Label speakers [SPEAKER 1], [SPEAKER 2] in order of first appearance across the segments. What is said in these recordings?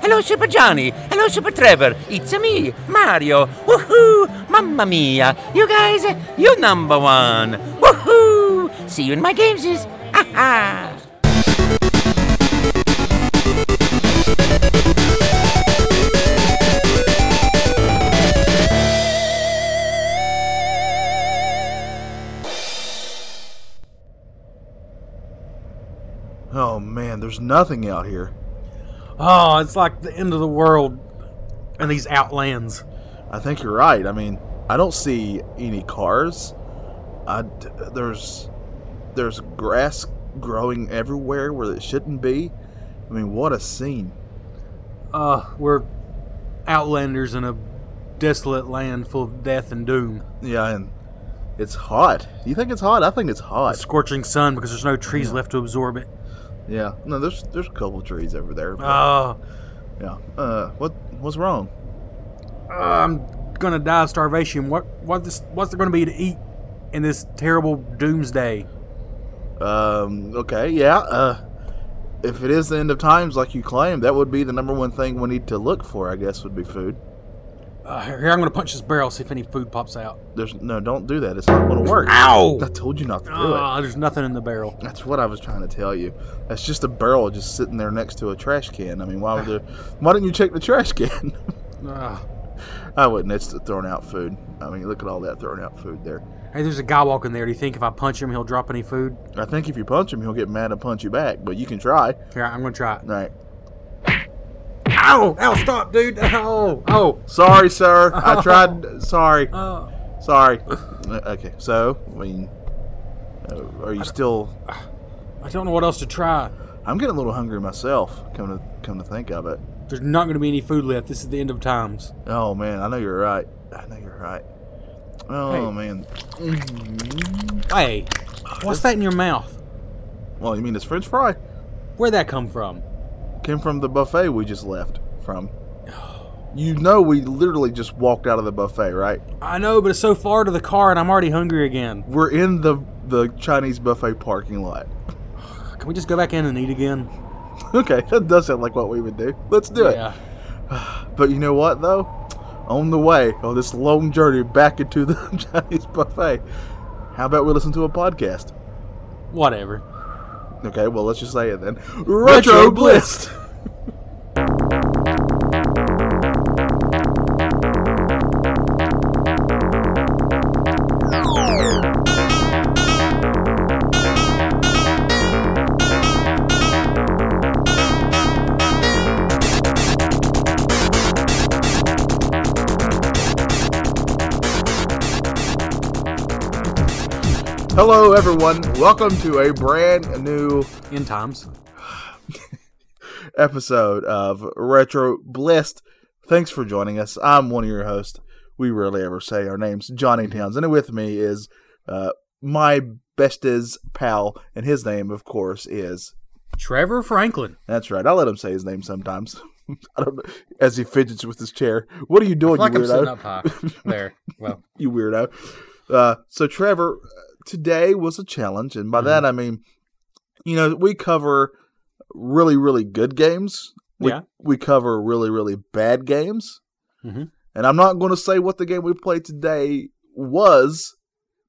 [SPEAKER 1] Hello, Super Johnny. Hello, Super Trevor. It's me, Mario. Woohoo! Mamma mia! You guys, you number one. Woohoo! See you in my games. Ha ha!
[SPEAKER 2] Oh man, there's nothing out here.
[SPEAKER 3] Oh, it's like the end of the world in these outlands.
[SPEAKER 2] I think you're right. I mean, I don't see any cars. I d- there's there's grass growing everywhere where it shouldn't be. I mean, what a scene.
[SPEAKER 3] Uh, we're outlanders in a desolate land full of death and doom.
[SPEAKER 2] Yeah, and it's hot. Do you think it's hot? I think it's
[SPEAKER 3] A
[SPEAKER 2] hot.
[SPEAKER 3] scorching sun because there's no trees left to absorb it.
[SPEAKER 2] Yeah. No, there's there's a couple of trees over there. but-
[SPEAKER 3] Uh,
[SPEAKER 2] yeah. Uh, what what's wrong?
[SPEAKER 3] ah, I'm gonna die of starvation. What what this what's there gonna be to eat in this terrible doomsday?
[SPEAKER 2] Um. Okay. Yeah. Uh, if it is the end of times, like you claim, that would be the number one thing we need to look for. I guess would be food.
[SPEAKER 3] Uh, here I'm gonna punch this barrel see if any food pops out.
[SPEAKER 2] There's no. Don't do that. It's not going to work.
[SPEAKER 3] Ow!
[SPEAKER 2] I told you not to do
[SPEAKER 3] Ah, there's nothing in the barrel.
[SPEAKER 2] it. That's what I was trying to tell you. That's just a barrel just sitting there next to a trash can. I mean, why would there, Why didn't you check the trash can?
[SPEAKER 3] Ah.
[SPEAKER 2] I wouldn't. It's throwing out food. I mean, look at all that throwing out food there.
[SPEAKER 3] Hey, there's a guy walking there. Do you think if I punch him, he'll drop any food?
[SPEAKER 2] I think if you punch him, he'll get mad and punch you back. But you can try.
[SPEAKER 3] Here, I'm gonna try it.
[SPEAKER 2] All right.
[SPEAKER 3] Ow! Ow! Stop, dude! Ow! Oh!
[SPEAKER 2] Sorry, sir. I tried. Sorry.
[SPEAKER 3] Uh,
[SPEAKER 2] Sorry. Okay. So, I mean, uh, are you still?
[SPEAKER 3] I don't know what else to try.
[SPEAKER 2] I'm getting a little hungry myself. Come to come to think of it.
[SPEAKER 3] There's not gonna be any food left. This is the end of times.
[SPEAKER 2] Oh man, I know you're right. I know you're right. Oh man.
[SPEAKER 3] Hey, what's that in your mouth?
[SPEAKER 2] Well, you mean this French fry
[SPEAKER 3] Where'd that come from?
[SPEAKER 2] came from the buffet we just left from? You know, we literally just walked out of the buffet, right?
[SPEAKER 3] I know, but it's so far to the car, and I'm already hungry again.
[SPEAKER 2] We're in the the Chinese buffet parking lot.
[SPEAKER 3] Can we just go back in and eat again?
[SPEAKER 2] Okay, that does sound like what we would do. Let's do it.
[SPEAKER 3] Yeah.
[SPEAKER 2] But you know what though? On the way on this long journey back into the Chinese buffet, how about we listen to a podcast?
[SPEAKER 3] Whatever.
[SPEAKER 2] Okay, well let's just say it then. Retro Blist. Hello everyone. Welcome to a brand new
[SPEAKER 3] End times.
[SPEAKER 2] episode of Retro Blist. Thanks for joining us. I'm one of your hosts. We rarely ever say our names. Johnny Townsend, and with me is uh, my bestest pal, and his name, of course, is.
[SPEAKER 3] Trevor Franklin.
[SPEAKER 2] That's right. I let him say his name sometimes. I don't know. As he fidgets with his chair, what are you doing,
[SPEAKER 4] like
[SPEAKER 2] you
[SPEAKER 4] I'm sitting
[SPEAKER 2] weirdo?
[SPEAKER 4] up high. There. Well,
[SPEAKER 2] you weirdo. Uh, so, Trevor, today was a challenge, and by
[SPEAKER 3] Mm-hmm.
[SPEAKER 2] that I mean, you know, we cover really, really good games. We,
[SPEAKER 3] Yeah.
[SPEAKER 2] We cover really, really bad games.
[SPEAKER 3] Mhm.
[SPEAKER 2] And I'm not going to say what the game we played today was,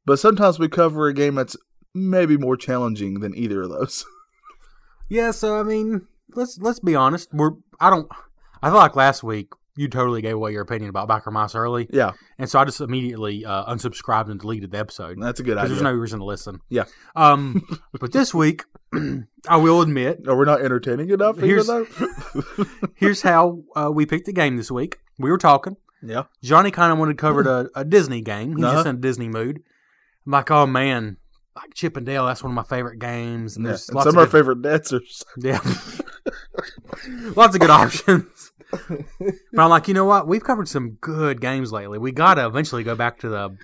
[SPEAKER 2] but sometimes we cover a game that's maybe more challenging than either of those.
[SPEAKER 3] Yeah, so I mean, let's let's be honest. We're I don't I feel like last week you totally gave away your opinion about Biker Mice early,
[SPEAKER 2] yeah,
[SPEAKER 3] and so I just immediately uh, unsubscribed and deleted the episode
[SPEAKER 2] that's a good
[SPEAKER 3] because
[SPEAKER 2] idea.
[SPEAKER 3] there's no reason to listen.
[SPEAKER 2] Yeah.
[SPEAKER 3] Um, but this week, I will admit,
[SPEAKER 2] Are we not entertaining enough? Here's...
[SPEAKER 3] Here's-
[SPEAKER 2] Though?
[SPEAKER 3] here's how uh, we picked the game this week. We were talking.
[SPEAKER 2] yeah.
[SPEAKER 3] Johnny kind of wanted covered a, a Disney game. He's just
[SPEAKER 2] Uh-huh.
[SPEAKER 3] in a Disney mood. I'm like, oh man, like Chip and Dale. That's one of my favorite games. And
[SPEAKER 2] yeah. And
[SPEAKER 3] there's
[SPEAKER 2] some
[SPEAKER 3] lots
[SPEAKER 2] of
[SPEAKER 3] of
[SPEAKER 2] our
[SPEAKER 3] good-
[SPEAKER 2] favorite dancers.
[SPEAKER 3] Yeah. Lots of good options. But I'm like, you know what? We've covered some good games lately. We gotta eventually go back to the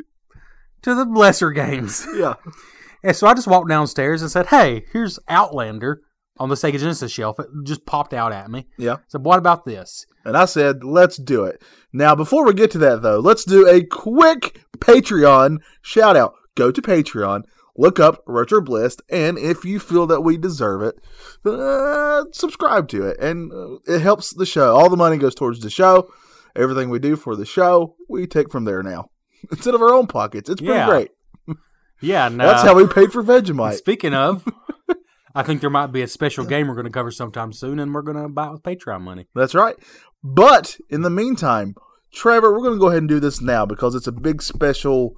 [SPEAKER 3] to the lesser games.
[SPEAKER 2] Yeah.
[SPEAKER 3] And so I just walked downstairs and said, Hey, here's Outlander on the Sega Genesis shelf. It just popped out at me.
[SPEAKER 2] Yeah.
[SPEAKER 3] So what about this?
[SPEAKER 2] And I said, let's do it. Now, before we get to that, though, let's do a quick Patreon shout out. Go to Patreon, Look up Retro Blist, and if you feel that we deserve it, uh, subscribe to it, and uh, it helps the show. All the money goes towards the show. Everything we do for the show, we take from there now instead of our own pockets. It's pretty
[SPEAKER 3] Yeah.
[SPEAKER 2] great.
[SPEAKER 3] Yeah, no.
[SPEAKER 2] That's how we paid for Vegemite.
[SPEAKER 3] Speaking of, I think there might be a special game we're going to cover sometime soon, and we're going to buy it with Patreon money.
[SPEAKER 2] That's right. But in the meantime, Trevor, we're going to go ahead and do this now because it's a big special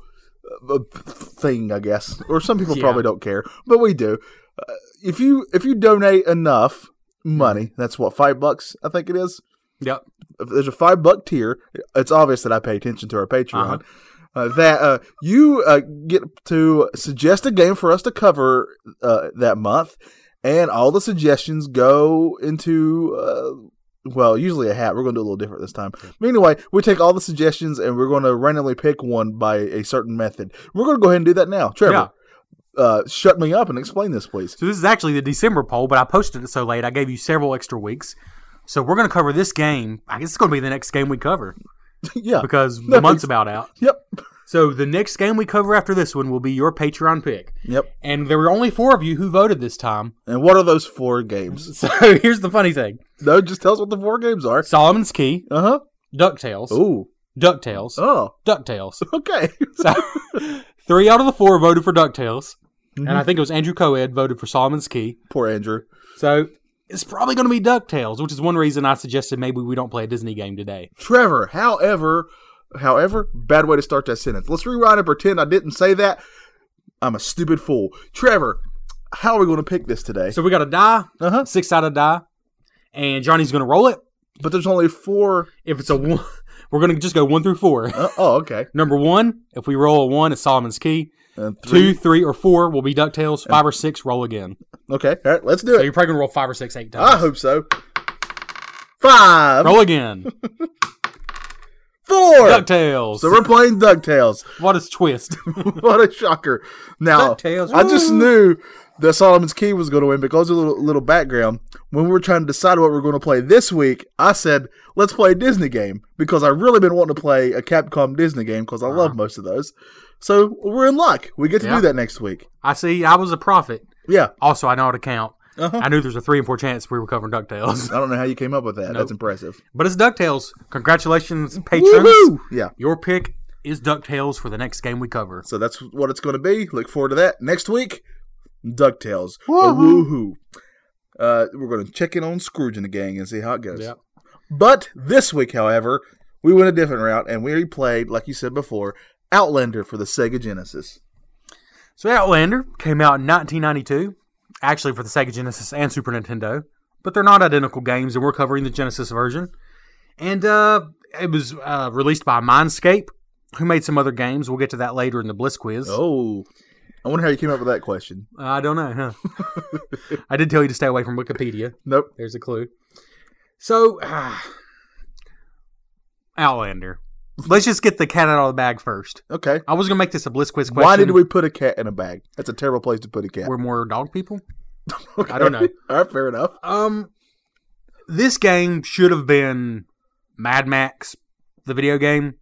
[SPEAKER 2] uh, thing, I guess. Or some people
[SPEAKER 3] Yeah.
[SPEAKER 2] probably don't care, but we do. Uh, if you if you donate enough money, that's what five bucks I think it is.
[SPEAKER 3] Yep.
[SPEAKER 2] If there's a five buck tier. It's obvious that I pay attention to our Patreon. uh that uh, you uh, get to suggest a game for us to cover uh, that month, and all the suggestions go into uh, well, usually a hat. We're going to do a little different this time. But anyway, we take all the suggestions and we're going to randomly pick one by a certain method. We're going to go ahead and do that now, Trevor. Uh, shut me up and explain this, please.
[SPEAKER 3] So this is actually the December poll, but I posted it so late. I gave you several extra weeks. So we're going to cover this game. I guess it's going to be the next game we cover
[SPEAKER 2] yeah.
[SPEAKER 3] because
[SPEAKER 2] No,
[SPEAKER 3] the month's about out.
[SPEAKER 2] Yep.
[SPEAKER 3] So the next game we cover after this one will be your Patreon pick.
[SPEAKER 2] Yep.
[SPEAKER 3] And there were only four of you who voted this time.
[SPEAKER 2] And what are those four games?
[SPEAKER 3] So here's the funny thing.
[SPEAKER 2] No, just tell us what the four games are.
[SPEAKER 3] Solomon's Key,
[SPEAKER 2] Uh huh.
[SPEAKER 3] DuckTales,
[SPEAKER 2] Ooh.
[SPEAKER 3] DuckTales,
[SPEAKER 2] Oh,
[SPEAKER 3] DuckTales.
[SPEAKER 2] okay.
[SPEAKER 3] So three out of the four voted for DuckTales.
[SPEAKER 2] Mhm.
[SPEAKER 3] And I think it was Andrew Coed voted for Solomon's Key.
[SPEAKER 2] Poor Andrew.
[SPEAKER 3] So it's probably going to be DuckTales, which is one reason I suggested maybe we don't play a Disney game today.
[SPEAKER 2] Trevor, however, however, bad way to start that sentence. Let's rewind and pretend I didn't say that. I'm a stupid fool. Trevor, how are we going to pick this today?
[SPEAKER 3] So we got a die,
[SPEAKER 2] Uh huh.
[SPEAKER 3] six out of die, and Johnny's going to roll it.
[SPEAKER 2] But there's only four.
[SPEAKER 3] If it's a one, we're going to just go one through four.
[SPEAKER 2] Uh, oh, okay.
[SPEAKER 3] Number one, if we roll a one, it's Solomon's Key.
[SPEAKER 2] And
[SPEAKER 3] Two, three, or four will be DuckTales. Five or six, roll again.
[SPEAKER 2] Okay. All right. Let's do
[SPEAKER 3] So
[SPEAKER 2] it.
[SPEAKER 3] you're probably going to roll five or six, eight
[SPEAKER 2] I
[SPEAKER 3] times.
[SPEAKER 2] hope so. Five,
[SPEAKER 3] Roll again.
[SPEAKER 2] four.
[SPEAKER 3] DuckTales.
[SPEAKER 2] So we're playing Ducktales.
[SPEAKER 3] what a twist.
[SPEAKER 2] what a shocker! Now
[SPEAKER 3] DuckTales,
[SPEAKER 2] I just
[SPEAKER 3] woo.
[SPEAKER 2] knew that Solomon's Key was going to win because of a little, little background. When we were trying to decide what we are going to play this week, I said let's play a Disney game because I've really been wanting to play a Capcom Disney game because I love most of those. So we're in luck. We get to
[SPEAKER 3] Uh-huh. Yeah.
[SPEAKER 2] do that next week.
[SPEAKER 3] I see. I was a prophet.
[SPEAKER 2] Yeah,
[SPEAKER 3] Also, I know how to count.
[SPEAKER 2] Uh-huh.
[SPEAKER 3] I knew there's a three and four chance we were covering DuckTales.
[SPEAKER 2] I don't know how you came up with that. That's impressive.
[SPEAKER 3] But it's DuckTales. Congratulations, patrons.
[SPEAKER 2] Woohoo! Yeah.
[SPEAKER 3] Your pick is DuckTales for the next game we cover.
[SPEAKER 2] So that's what it's going to be. Look forward to that next week. Ducktales. A
[SPEAKER 3] Woohoo.
[SPEAKER 2] Woohoo! Uh, we're going to check in on Scrooge and the gang and see how it goes.
[SPEAKER 3] Yep.
[SPEAKER 2] But this week, however, we went a different route and we played, like you said before, Outlander for the Sega Genesis.
[SPEAKER 3] So Outlander came out in 1992, actually for the Sega Genesis and Super Nintendo, but they're not identical games, and we're covering the Genesis version. And uh, it was uh, released by Mindscape, who made some other games. We'll get to that later in the Bliss quiz.
[SPEAKER 2] Oh, I wonder how you came up with that question.
[SPEAKER 3] Uh, I don't know, huh? I did tell you to stay away from Wikipedia.
[SPEAKER 2] Nope.
[SPEAKER 3] There's a clue. So, ah, Outlander. Let's just get the cat out of the bag first.
[SPEAKER 2] Okay.
[SPEAKER 3] I was gonna make this a bliss quiz question.
[SPEAKER 2] Why did we put a cat in a bag? That's a terrible place to put a cat.
[SPEAKER 3] We're more dog people.
[SPEAKER 2] Okay.
[SPEAKER 3] I don't know.
[SPEAKER 2] All right, fair enough.
[SPEAKER 3] Um, this game should have been Mad Max, the video game,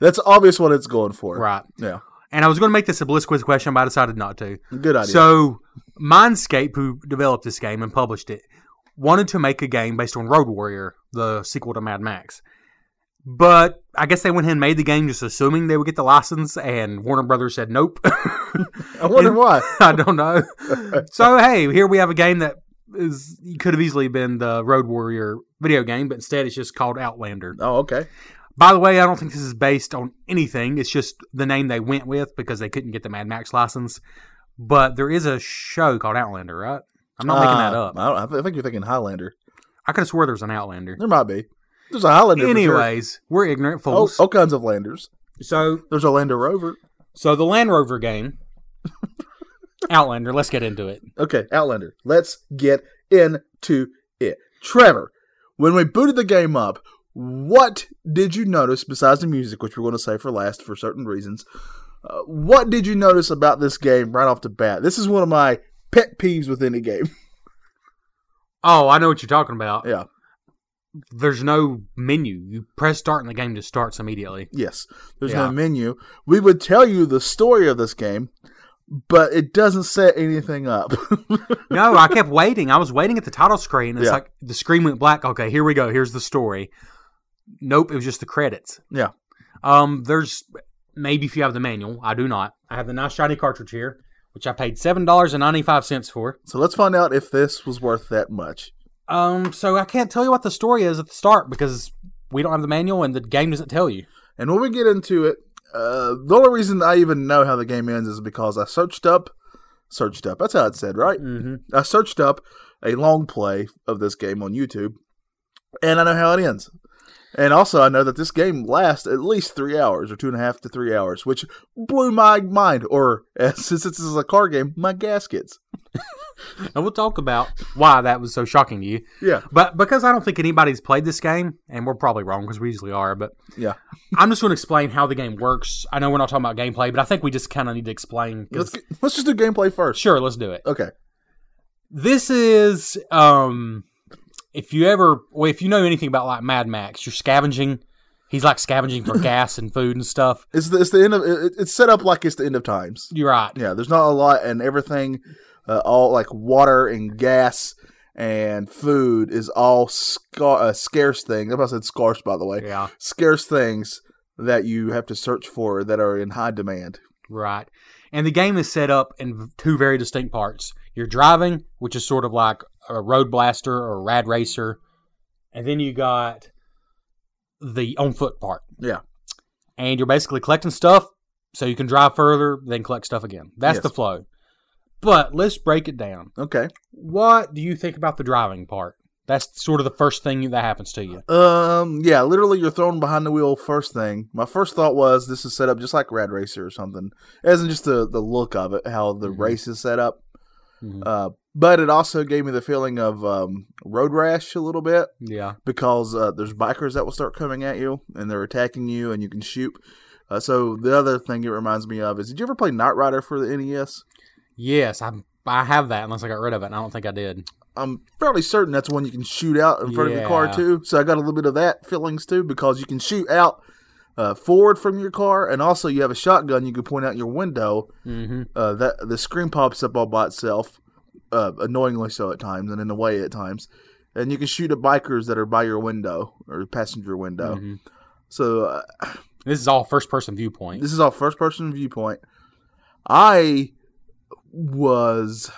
[SPEAKER 2] That's obvious what it's going for.
[SPEAKER 3] right?
[SPEAKER 2] Yeah.
[SPEAKER 3] And I was gonna make this a bliss quiz question, but I decided not to.
[SPEAKER 2] Good idea.
[SPEAKER 3] So, Mindscape, who developed this game and published it, wanted to make a game based on Road Warrior, the sequel to Mad Max. But I guess they went ahead and made the game just assuming they would get the license, and Warner Brothers said nope.
[SPEAKER 2] I wonder
[SPEAKER 3] and-
[SPEAKER 2] why.
[SPEAKER 3] I don't know. So, hey, here we have a game that is could have easily been the Road Warrior video game, but instead it's just called Outlander.
[SPEAKER 2] Oh, okay.
[SPEAKER 3] By the way, I don't think this is based on anything. It's just the name they went with because they couldn't get the Mad Max license. But there is a show called Outlander, right? I'm not making
[SPEAKER 2] Uh,
[SPEAKER 3] that up.
[SPEAKER 2] I, don't, I thi- I think you're thinking Highlander.
[SPEAKER 3] I could have swore there was an Outlander.
[SPEAKER 2] There might be. There's a Highlander.
[SPEAKER 3] Anyways, we're ignorant
[SPEAKER 2] For sure. all,
[SPEAKER 3] fools.
[SPEAKER 2] all kinds of Landers.
[SPEAKER 3] So,
[SPEAKER 2] There's a Lander Rover.
[SPEAKER 3] so the Land Rover game, Outlander. Let's get into it.
[SPEAKER 2] Okay, Outlander. Let's get into it. Trevor, when we booted the game up, what did you notice besides the music, which we're going to say for last for certain reasons? Uh, what did you notice about this game right off the bat? This is one of my pet peeves with any game.
[SPEAKER 3] Oh, I know what you're talking about.
[SPEAKER 2] yeah.
[SPEAKER 3] There's no menu. You press start, and the game just starts immediately.
[SPEAKER 2] Yes. There's no
[SPEAKER 3] Yeah.
[SPEAKER 2] menu. We would tell you the story of this game, but it doesn't set anything up.
[SPEAKER 3] No, I kept waiting. I was waiting at the title screen. And it's
[SPEAKER 2] Yeah.
[SPEAKER 3] like the screen went black. Okay, here we go. Here's the story. Nope, it was just the credits.
[SPEAKER 2] Yeah.
[SPEAKER 3] Um, there's maybe if you have the manual. I do not. I have the nice shiny cartridge here, which I paid seven dollars and ninety five cents for.
[SPEAKER 2] so let's find out if this was worth that much.
[SPEAKER 3] Um, so I can't tell you what the story is at the start because we don't have the manual and the game doesn't tell you.
[SPEAKER 2] And when we get into it, uh, the only reason I even know how the game ends is because I searched up, searched up. That's how it said, right?
[SPEAKER 3] Mm-hmm.
[SPEAKER 2] I searched up a long play of this game on YouTube, and I know how it ends. And also, I know that this game lasts at least three hours, or two and a half to three hours, which blew my mind. Or uh, since this is a car game, my gaskets.
[SPEAKER 3] And we'll talk about why that was so shocking to you.
[SPEAKER 2] Yeah,
[SPEAKER 3] But because I don't think anybody's played this game, and we're probably wrong because we usually are, but
[SPEAKER 2] yeah.
[SPEAKER 3] I'm just going to explain how the game works. I know we're not talking about gameplay, but I think we just kind of need to explain.
[SPEAKER 2] Let's
[SPEAKER 3] 'cause-
[SPEAKER 2] get, let's just do gameplay first.
[SPEAKER 3] sure, let's do it.
[SPEAKER 2] Okay.
[SPEAKER 3] This is, um, if you ever, well, if you know anything about like Mad Max, you're scavenging. He's like scavenging for gas and food and stuff.
[SPEAKER 2] It's the, it's the end of it, it's set up like it's the end of times.
[SPEAKER 3] You're right.
[SPEAKER 2] Yeah, there's not a lot, and everything, uh, all like water and gas and food is all scar- uh, scarce things. I about said scarce, by the way.
[SPEAKER 3] Yeah,
[SPEAKER 2] Scarce things that you have to search for that are in high demand.
[SPEAKER 3] right. And the game is set up in two very distinct parts. You're driving, which is sort of like a road blaster or a rad racer, and then you got the on foot part.
[SPEAKER 2] Yeah.
[SPEAKER 3] and you're basically collecting stuff so you can drive further, then collect stuff again. That's
[SPEAKER 2] Yes.
[SPEAKER 3] the flow. But let's break it down.
[SPEAKER 2] Okay.
[SPEAKER 3] What do you think about the driving part? That's sort of the first thing that happens to you.
[SPEAKER 2] Um. Yeah. Literally, you're thrown behind the wheel. First thing, my first thought was this is set up just like Rad Racer or something, as in just the the look of it, how the
[SPEAKER 3] Mhm.
[SPEAKER 2] race is set up.
[SPEAKER 3] Mhm.
[SPEAKER 2] Uh, but it also gave me the feeling of um, road rash a little bit.
[SPEAKER 3] Yeah.
[SPEAKER 2] because uh, there's bikers that will start coming at you and they're attacking you and you can shoot. Uh, so the other thing it reminds me of is did you ever play Knight Rider for the E NES?
[SPEAKER 3] Yes, I I have that unless I got rid of it, and I don't think I did.
[SPEAKER 2] I'm fairly certain that's one you can shoot out in front of your
[SPEAKER 3] Yeah.
[SPEAKER 2] car too. So I got a little bit of that feelings too because you can shoot out uh, forward from your car and also you have a shotgun you can point out your window.
[SPEAKER 3] Mm-hmm.
[SPEAKER 2] Uh, that the screen pops up all by itself, uh, annoyingly so at times and in a way at times, and you can shoot at bikers that are by your window or passenger window.
[SPEAKER 3] Mm-hmm.
[SPEAKER 2] So uh,
[SPEAKER 3] This is all first person viewpoint.
[SPEAKER 2] this is all first person viewpoint. I was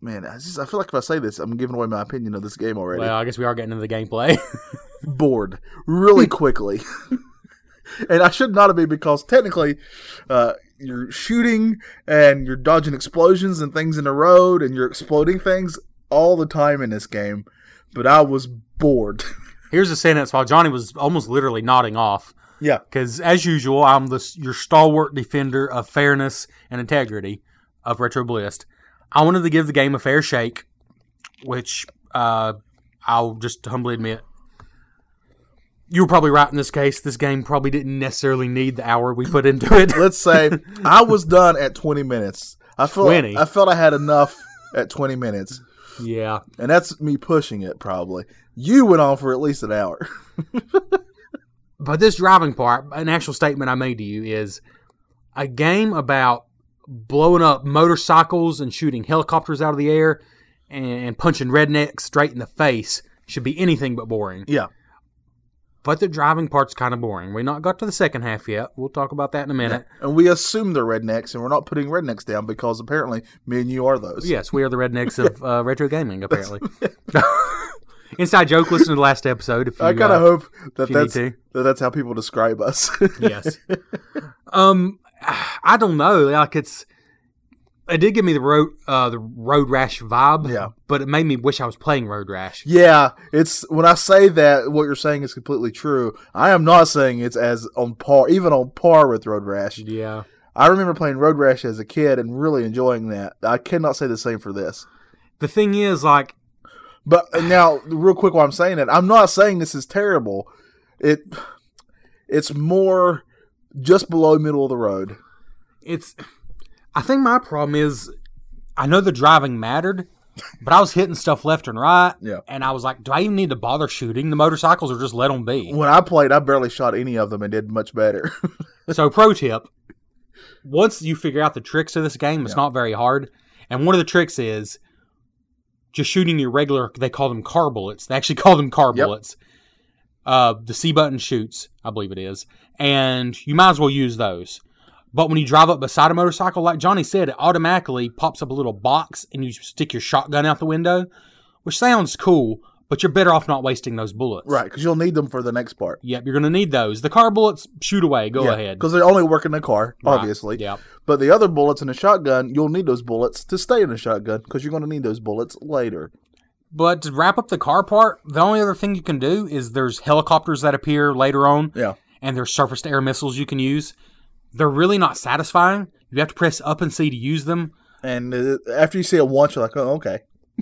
[SPEAKER 2] man, I, just, I feel like if I say this, I'm giving away my opinion of this game already.
[SPEAKER 3] Well, I guess we are getting into the gameplay.
[SPEAKER 2] Bored really quickly, and I should not have been because technically, uh, you're shooting and you're dodging explosions and things in the road and you're exploding things all the time in this game. But I was bored.
[SPEAKER 3] Here's a sentence while Johnny was almost literally nodding off.
[SPEAKER 2] Yeah.
[SPEAKER 3] Because as usual, I'm the, s- your stalwart defender of fairness and integrity of Retro Blist. I wanted to give the game a fair shake, which uh, I'll just humbly admit. You were probably right in this case. This game probably didn't necessarily need the hour we put into it.
[SPEAKER 2] let's say I was done at 20 minutes. I felt
[SPEAKER 3] 20?
[SPEAKER 2] I felt I had enough at 20 minutes,
[SPEAKER 3] yeah.
[SPEAKER 2] and that's me pushing it probably. You went on for at least an hour.
[SPEAKER 3] But this driving part, an actual statement I made to you is a game about blowing up motorcycles and shooting helicopters out of the air and, and punching rednecks straight in the face should be anything but boring.
[SPEAKER 2] Yeah.
[SPEAKER 3] But the driving part's kind of boring. We not got to the second half yet. We'll talk about that in a minute.
[SPEAKER 2] And we assume they're rednecks, and we're not putting rednecks down because apparently me and you are those.
[SPEAKER 3] Yes, we are the rednecks of uh, retro gaming, apparently. Inside joke. Listen to the last episode. If you,
[SPEAKER 2] I kind
[SPEAKER 3] uh,
[SPEAKER 2] of hope that
[SPEAKER 3] if you need
[SPEAKER 2] that's
[SPEAKER 3] to.
[SPEAKER 2] that that's how people describe us.
[SPEAKER 3] yes. Um, I don't know. Like it's, it did give me the road uh, the road rash vibe.
[SPEAKER 2] Yeah.
[SPEAKER 3] But it made me wish I was playing road rash.
[SPEAKER 2] yeah, it's when I say that what you're saying is completely true. I am not saying it's as on par, even on par with Road Rash.
[SPEAKER 3] Yeah.
[SPEAKER 2] I remember playing Road Rash as a kid and really enjoying that. I cannot say the same for this.
[SPEAKER 3] The thing is, like,
[SPEAKER 2] But now, real quick, while I'm saying it, I'm not saying this is terrible. It, it's more just below middle of the road.
[SPEAKER 3] it's. I think my problem is, I know the driving mattered, but I was hitting stuff left and right.
[SPEAKER 2] Yeah.
[SPEAKER 3] And I was like, do I even need to bother shooting the motorcycles or just let them be?
[SPEAKER 2] When I played, I barely shot any of them and did much better.
[SPEAKER 3] so pro tip. once you figure out the tricks of this game, it's not very hard. And one of the tricks is just shooting your regular. They call them car bullets. They actually call them car
[SPEAKER 2] Yep.
[SPEAKER 3] bullets. Uh, the C button shoots, I believe it is, and you might as well use those. But when you drive up beside a motorcycle, like Johnny said, it automatically pops up a little box, and you stick your shotgun out the window, which sounds cool. But you're better off not wasting those bullets.
[SPEAKER 2] Right, because you'll need them for the next part.
[SPEAKER 3] Yep, you're going to need those. The car bullets, shoot away. Go ahead.
[SPEAKER 2] Because they only work in the car, obviously.
[SPEAKER 3] Yep.
[SPEAKER 2] But the other bullets in a shotgun, you'll need those bullets to stay in a shotgun because you're going to need those bullets later.
[SPEAKER 3] But to wrap up the car part, the only other thing you can do is there's helicopters that appear later on,
[SPEAKER 2] Yeah.
[SPEAKER 3] and there's surface to air missiles you can use. They're really not satisfying. You have to press up and C to use them,
[SPEAKER 2] And uh, after you see it once, you're like, oh, okay.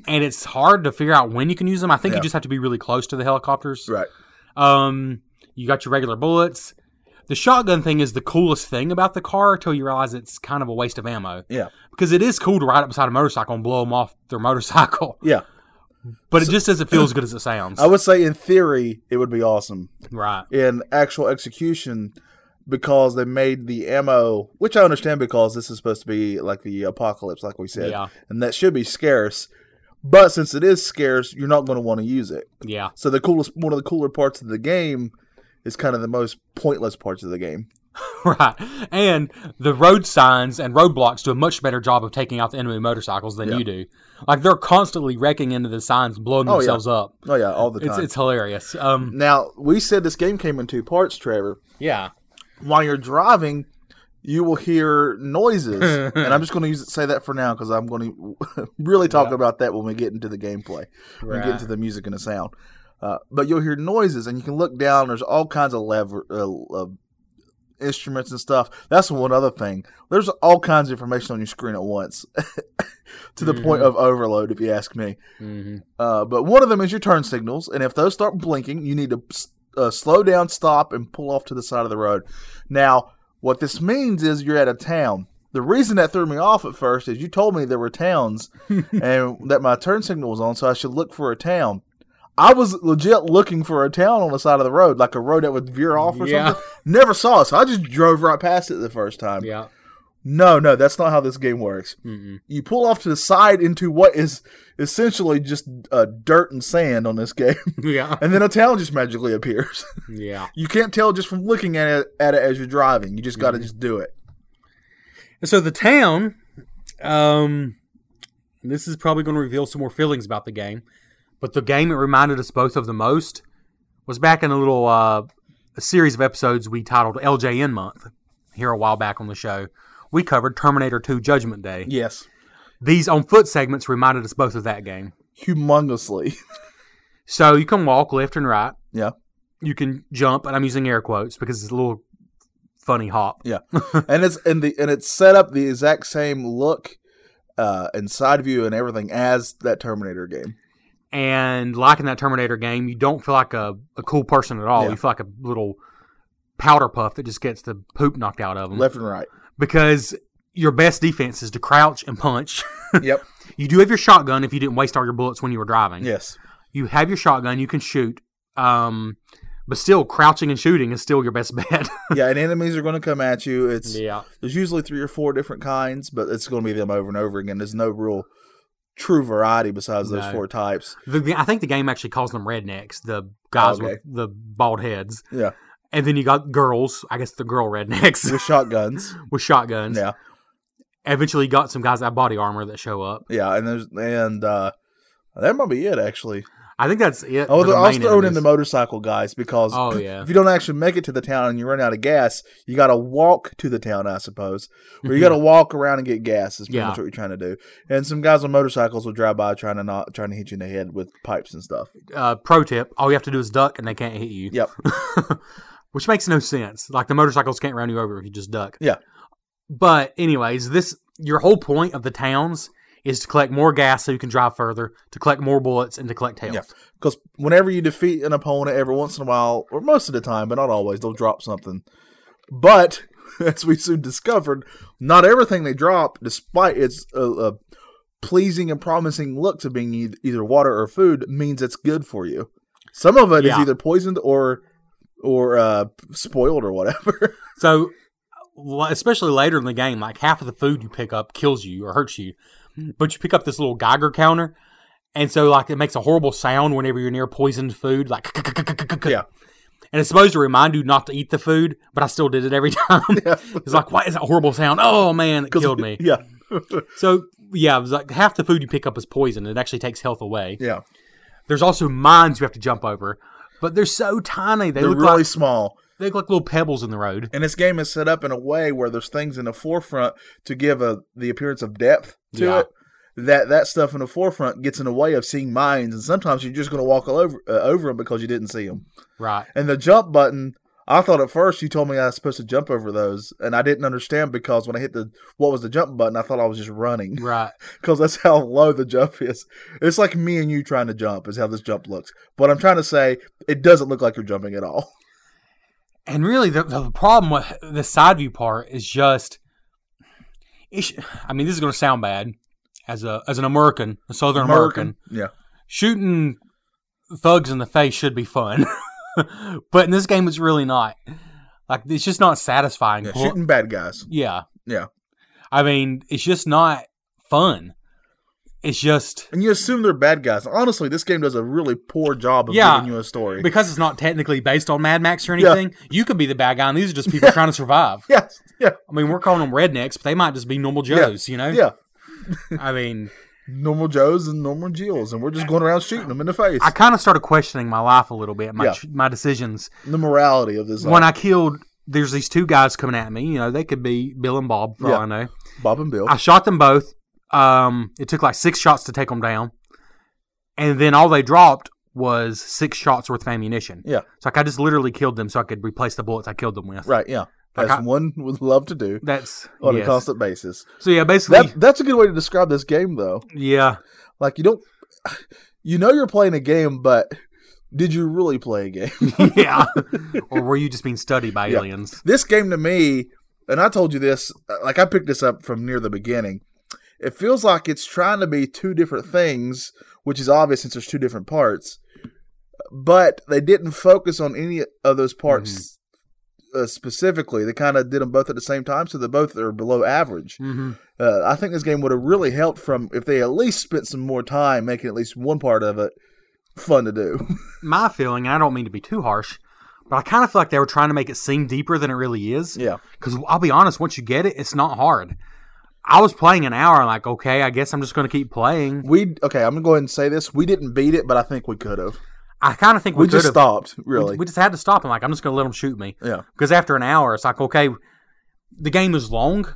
[SPEAKER 3] and it's hard to figure out when you can use them. I think
[SPEAKER 2] Yeah.
[SPEAKER 3] you just have to be really close to the helicopters.
[SPEAKER 2] Right.
[SPEAKER 3] Um, you got your regular bullets. The shotgun thing is the coolest thing about the car until you realize it's kind of a waste of ammo.
[SPEAKER 2] Yeah.
[SPEAKER 3] Because it is cool to ride up beside a motorcycle and blow them off their motorcycle,
[SPEAKER 2] Yeah.
[SPEAKER 3] but it just doesn't feel as good as it sounds.
[SPEAKER 2] I would say in theory, it would be awesome.
[SPEAKER 3] right.
[SPEAKER 2] in actual execution because they made the ammo, which I understand because this is supposed to be like the apocalypse, like we said,
[SPEAKER 3] Yeah.
[SPEAKER 2] and that should be scarce. But since it is scarce, you're not going to want to use it.
[SPEAKER 3] Yeah.
[SPEAKER 2] So the coolest, one of the cooler parts of the game, is kind of the most pointless parts of the game.
[SPEAKER 3] Right. And the road signs and roadblocks do a much better job of taking out the enemy motorcycles than you do. Like they're constantly wrecking into the signs, blowing
[SPEAKER 2] Oh, yeah.
[SPEAKER 3] themselves up.
[SPEAKER 2] Oh yeah, all the
[SPEAKER 3] It's,
[SPEAKER 2] time.
[SPEAKER 3] it's hilarious. Um,
[SPEAKER 2] now we said this game came in two parts, Trevor.
[SPEAKER 4] Yeah.
[SPEAKER 2] While you're driving, you will hear noises, and I'm just going to use say that for now because I'm going to really talk about that when we get into the gameplay. when you get into the music and the sound. Uh, but you'll hear noises, and you can look down. There's all kinds of lever uh, uh, instruments and stuff. That's one other thing. There's all kinds of information on your screen at once, to the point of overload, if you ask me.
[SPEAKER 4] hmm
[SPEAKER 3] Mm-hmm.
[SPEAKER 2] Uh, but one of them is your turn signals, and if those start blinking, you need to s- uh, slow down, stop, and pull off to the side of the road. Now, what this means is you're at a town. The reason that threw me off at first is you told me there were towns and that my turn signal was on, so I should look for a town. I was legit looking for a town on the side of the road, like a road that would veer off or
[SPEAKER 4] Yeah.
[SPEAKER 2] something. Never saw it, so I just drove right past it the first time.
[SPEAKER 4] Yeah.
[SPEAKER 2] No, no, that's not how this game works.
[SPEAKER 3] Mm-hmm.
[SPEAKER 4] Mm-mm.
[SPEAKER 2] You pull off to the side into what is essentially just uh, dirt and sand on this game,
[SPEAKER 4] Yeah.
[SPEAKER 2] and then a town just magically appears.
[SPEAKER 4] Yeah.
[SPEAKER 2] you can't tell just from looking at it, at it as you're driving. You just got to just do it.
[SPEAKER 3] and so the town, um, this is probably going to reveal some more feelings about the game, but the game it reminded us both of the most was back in a little uh, a series of episodes we titled LJN Month here a while back on the show. We covered Terminator 2 Judgment Day.
[SPEAKER 2] Yes,
[SPEAKER 3] These on foot segments reminded us both of that game.
[SPEAKER 2] humongously.
[SPEAKER 3] So you can walk left and right.
[SPEAKER 2] yeah,
[SPEAKER 3] You can jump, and I'm using air quotes because it's a little funny hop.
[SPEAKER 2] yeah, and it's and the and it's set up the exact same look, uh, and side view and everything as that Terminator game.
[SPEAKER 3] And like in that Terminator game, you don't feel like a, a cool person at all.
[SPEAKER 2] Yeah.
[SPEAKER 3] You feel like a little powder puff that just gets the poop knocked out of them.
[SPEAKER 2] Left and right.
[SPEAKER 3] Because your best defense is to crouch and punch.
[SPEAKER 2] yep.
[SPEAKER 3] you do have your shotgun if you didn't waste all your bullets when you were driving.
[SPEAKER 2] Yes.
[SPEAKER 3] You have your shotgun, you can shoot. Um, but still, crouching and shooting is still your best bet.
[SPEAKER 2] Yeah, and enemies are going to come at you. It's
[SPEAKER 3] yeah.
[SPEAKER 2] There's usually three or four different kinds, but it's going to be them over and over again. There's no real true variety besides those
[SPEAKER 3] No.
[SPEAKER 2] four types.
[SPEAKER 3] The, the- I think the game actually calls them rednecks, the guys
[SPEAKER 2] Okay.
[SPEAKER 3] with the bald heads.
[SPEAKER 2] Yeah,
[SPEAKER 3] And then you got girls, I guess the girl rednecks
[SPEAKER 2] with shotguns.
[SPEAKER 3] with shotguns.
[SPEAKER 2] yeah,
[SPEAKER 3] Eventually, you got some guys that have body armor that show up.
[SPEAKER 2] yeah, and there's and uh, that might be it actually.
[SPEAKER 3] I think that's it.
[SPEAKER 2] Oh,
[SPEAKER 3] for the
[SPEAKER 2] they're also
[SPEAKER 3] main
[SPEAKER 2] throwing in the
[SPEAKER 3] enemies.
[SPEAKER 2] motorcycle guys because
[SPEAKER 3] Oh, yeah.
[SPEAKER 2] if you don't actually make it to the town and you run out of gas, you got to walk to the town, I suppose. Or you got to walk around and get gas. Is pretty
[SPEAKER 3] Mm-hmm. Yeah.
[SPEAKER 2] much what you're trying to do. And some guys on motorcycles will drive by trying to not trying to hit you in the head with pipes and stuff.
[SPEAKER 3] Uh, pro tip all you have to do is duck and they can't hit you.
[SPEAKER 2] Yep.
[SPEAKER 3] Which makes no sense. Like the motorcycles can't run you over if you just duck.
[SPEAKER 2] Yeah.
[SPEAKER 3] But, anyways, this your whole point of the towns is to collect more gas so you can drive further, to collect more bullets, and to collect health.
[SPEAKER 2] Yeah. Because whenever you defeat an opponent, every once in a while, or most of the time, but not always, they'll drop something. But as we soon discovered, not everything they drop, despite its uh, uh, pleasing and promising looks of being e- either water or food, means it's good for you. Some of it is
[SPEAKER 3] Yeah.
[SPEAKER 2] either poisoned or or uh, spoiled or whatever.
[SPEAKER 3] So l- especially later in the game, like half of the food you pick up kills you or hurts you. But you pick up this little Geiger counter, and so like it makes a horrible sound whenever you're near poisoned food, like
[SPEAKER 2] Yeah.
[SPEAKER 3] And it's supposed to remind you not to eat the food, but I still did it every time. it's like, why is that horrible sound? Oh man, it killed me.
[SPEAKER 2] Yeah.
[SPEAKER 3] So yeah, it was like half the food you pick up is poison. It actually takes health away.
[SPEAKER 2] Yeah.
[SPEAKER 3] There's also mines you have to jump over, but they're so tiny. They
[SPEAKER 2] They're
[SPEAKER 3] look
[SPEAKER 2] really
[SPEAKER 3] like
[SPEAKER 2] small.
[SPEAKER 3] they look like little pebbles in the road.
[SPEAKER 2] And this game is set up in a way where there's things in the forefront to give a the appearance of depth to
[SPEAKER 3] Yeah.
[SPEAKER 2] it. That that stuff in the forefront gets in the way of seeing mines, and sometimes you're just going to walk all over uh, over them because you didn't see them.
[SPEAKER 3] Right.
[SPEAKER 2] And the jump button, I thought at first you told me I was supposed to jump over those, and I didn't understand because when I hit the what was the jump button, I thought I was just running
[SPEAKER 3] Right.
[SPEAKER 2] because that's how low the jump is. It's like me and you trying to jump is how this jump looks. But I'm trying to say it doesn't look like you're jumping at all.
[SPEAKER 3] And really, the, the problem with the side view part is just. It sh- I mean, this is going to sound bad as a as an American, a Southern American.
[SPEAKER 2] yeah,
[SPEAKER 3] Shooting thugs in the face should be fun, but in this game, it's really not. Like, it's just not satisfying.
[SPEAKER 2] yeah
[SPEAKER 3] Pull-
[SPEAKER 2] shooting bad guys.
[SPEAKER 3] Yeah.
[SPEAKER 2] Yeah.
[SPEAKER 3] I mean, it's just not fun. It's just
[SPEAKER 2] And you assume they're bad guys. Honestly, this game does a really poor job of
[SPEAKER 3] Yeah.
[SPEAKER 2] giving you a story.
[SPEAKER 3] because it's not technically based on Mad Max or
[SPEAKER 2] Yeah.
[SPEAKER 3] anything, you could be the bad guy and these are just people trying to survive.
[SPEAKER 2] yes, yeah,
[SPEAKER 3] I mean, we're calling them rednecks, but they might just be normal
[SPEAKER 2] Yeah.
[SPEAKER 3] Joes, you know?
[SPEAKER 2] yeah.
[SPEAKER 3] I mean,
[SPEAKER 2] Normal Joes and normal Jills, and we're just going around shooting them in the face.
[SPEAKER 3] I kind of started questioning my life a little bit, my
[SPEAKER 2] Yeah.
[SPEAKER 3] ch- my decisions.
[SPEAKER 2] the morality of this,
[SPEAKER 3] When I killed, there's these two guys coming at me, you know, they could be Bill and Bob for
[SPEAKER 2] Yeah.
[SPEAKER 3] all I know.
[SPEAKER 2] Bob and Bill.
[SPEAKER 3] I shot them both. Um, it took like six shots to take them down, and then all they dropped was six shots worth of ammunition.
[SPEAKER 2] Yeah.
[SPEAKER 3] So like I just literally killed them so I could replace the bullets I killed them with.
[SPEAKER 2] right, yeah.
[SPEAKER 3] Like
[SPEAKER 2] That's
[SPEAKER 3] I-
[SPEAKER 2] one would love to do
[SPEAKER 3] That's
[SPEAKER 2] on a
[SPEAKER 3] yes.
[SPEAKER 2] constant basis.
[SPEAKER 3] So yeah, basically,
[SPEAKER 2] That, that's a good way to describe this game, though.
[SPEAKER 3] yeah,
[SPEAKER 2] Like you don't, you know, you're playing a game, but did you really play a game?
[SPEAKER 3] yeah. or were you just being studied by
[SPEAKER 2] Yeah.
[SPEAKER 3] aliens?
[SPEAKER 2] this game to me, and I told you this, uh, like I picked this up from near the beginning. It feels like it's trying to be two different things, which is obvious since there's two different parts. But they didn't focus on any of those parts uh, specifically. They kind of did them both at the same time, so they both are below average.
[SPEAKER 3] Mm-hmm.
[SPEAKER 2] Uh, I think this game would have really helped from if they at least spent some more time making at least one part of it fun to do.
[SPEAKER 3] My feeling, and I don't mean to be too harsh, but I kind of feel like they were trying to make it seem deeper than it really is.
[SPEAKER 2] yeah,
[SPEAKER 3] Because I'll be honest, once you get it, it's not hard. I was playing an hour, like, okay, I guess I'm just going to keep playing.
[SPEAKER 2] we okay. I'm gonna go ahead and say this: we didn't beat it, but I think we could have.
[SPEAKER 3] I kind of think
[SPEAKER 2] We,
[SPEAKER 3] we,
[SPEAKER 2] just
[SPEAKER 3] could've-
[SPEAKER 2] stopped,
[SPEAKER 3] We-
[SPEAKER 2] really.
[SPEAKER 3] We, just had to stop. I'm like, I'm just going to let them shoot me.
[SPEAKER 2] yeah,
[SPEAKER 3] Because after an hour, it's like, okay, the game is long.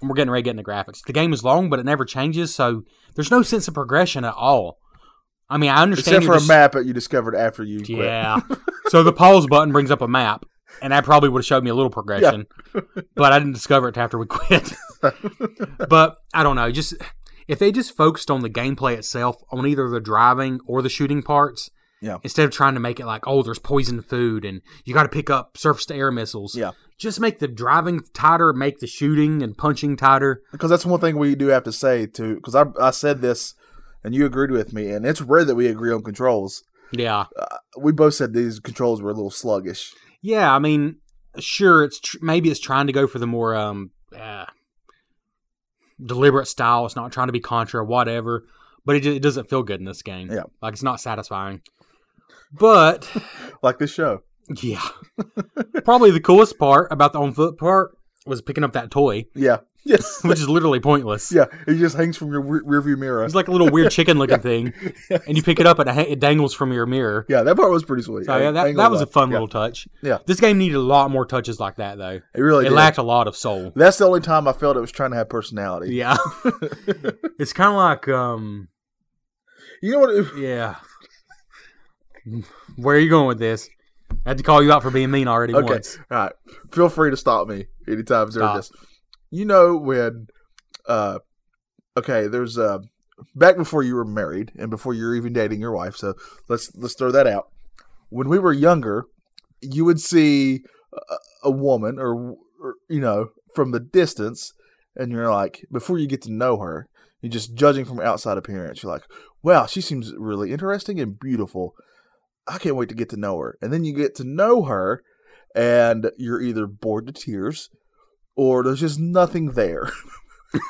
[SPEAKER 3] And we're getting ready to get into graphics. The game is long, but it never changes. So there's no sense of progression at all. I mean, I understand.
[SPEAKER 2] except for
[SPEAKER 3] you're
[SPEAKER 2] a
[SPEAKER 3] just-
[SPEAKER 2] map that you discovered after you quit.
[SPEAKER 3] Yeah. so the pause button brings up a map. And that probably would have showed me a little progression, but I didn't discover it till after we quit. but I don't know. Just if they just focused on the gameplay itself, on either the driving or the shooting parts,
[SPEAKER 2] Yeah.
[SPEAKER 3] instead of trying to make it like, oh, there's poison food and you got to pick up surface to air missiles.
[SPEAKER 2] Yeah.
[SPEAKER 3] Just make the driving tighter, make the shooting and punching tighter.
[SPEAKER 2] Because that's one thing we do have to say too. Because I I said this, and you agreed with me, and it's rare that we agree on controls.
[SPEAKER 3] Yeah.
[SPEAKER 2] We both said these controls were a little sluggish.
[SPEAKER 3] Yeah, I mean, sure, it's tr- maybe it's trying to go for the more um uh, deliberate style. It's not trying to be contra, whatever. But it, ju- it doesn't feel good in this game.
[SPEAKER 2] Yeah.
[SPEAKER 3] like it's not satisfying. But
[SPEAKER 2] Like this show.
[SPEAKER 3] yeah, probably the coolest part about the on foot part was picking up that toy,
[SPEAKER 2] Yeah. Yes.
[SPEAKER 3] which is literally pointless.
[SPEAKER 2] yeah. It just hangs from your re- rearview mirror.
[SPEAKER 3] It's like a little weird chicken looking thing, and you pick it up and it, ha- it dangles from your mirror.
[SPEAKER 2] Yeah, that part was pretty sweet.
[SPEAKER 3] So yeah,
[SPEAKER 2] I ain't
[SPEAKER 3] that,
[SPEAKER 2] gonna
[SPEAKER 3] that was
[SPEAKER 2] lie.
[SPEAKER 3] a fun
[SPEAKER 2] Yeah,
[SPEAKER 3] little touch.
[SPEAKER 2] Yeah.
[SPEAKER 3] This game needed a lot more touches like that though.
[SPEAKER 2] It really
[SPEAKER 3] it
[SPEAKER 2] did.
[SPEAKER 3] lacked a lot of soul.
[SPEAKER 2] That's the only time I felt it was trying to have personality.
[SPEAKER 3] Yeah. it's kind of like, um,
[SPEAKER 2] You know what? It,
[SPEAKER 3] yeah. Where are you going with this? I had to call you out for being mean already
[SPEAKER 2] okay.
[SPEAKER 3] once.
[SPEAKER 2] All right. Feel free to stop me anytime during
[SPEAKER 3] Stop.
[SPEAKER 2] this. You know when, uh, okay, there's uh, back before you were married and before you were even dating your wife. So let's let's throw that out. When we were younger, you would see a, a woman or, or you know from the distance, and you're like before you get to know her, you're just judging from outside appearance. You're like, wow, she seems really interesting and beautiful. I can't wait to get to know her. And then you get to know her, and you're either bored to tears or there's just nothing there.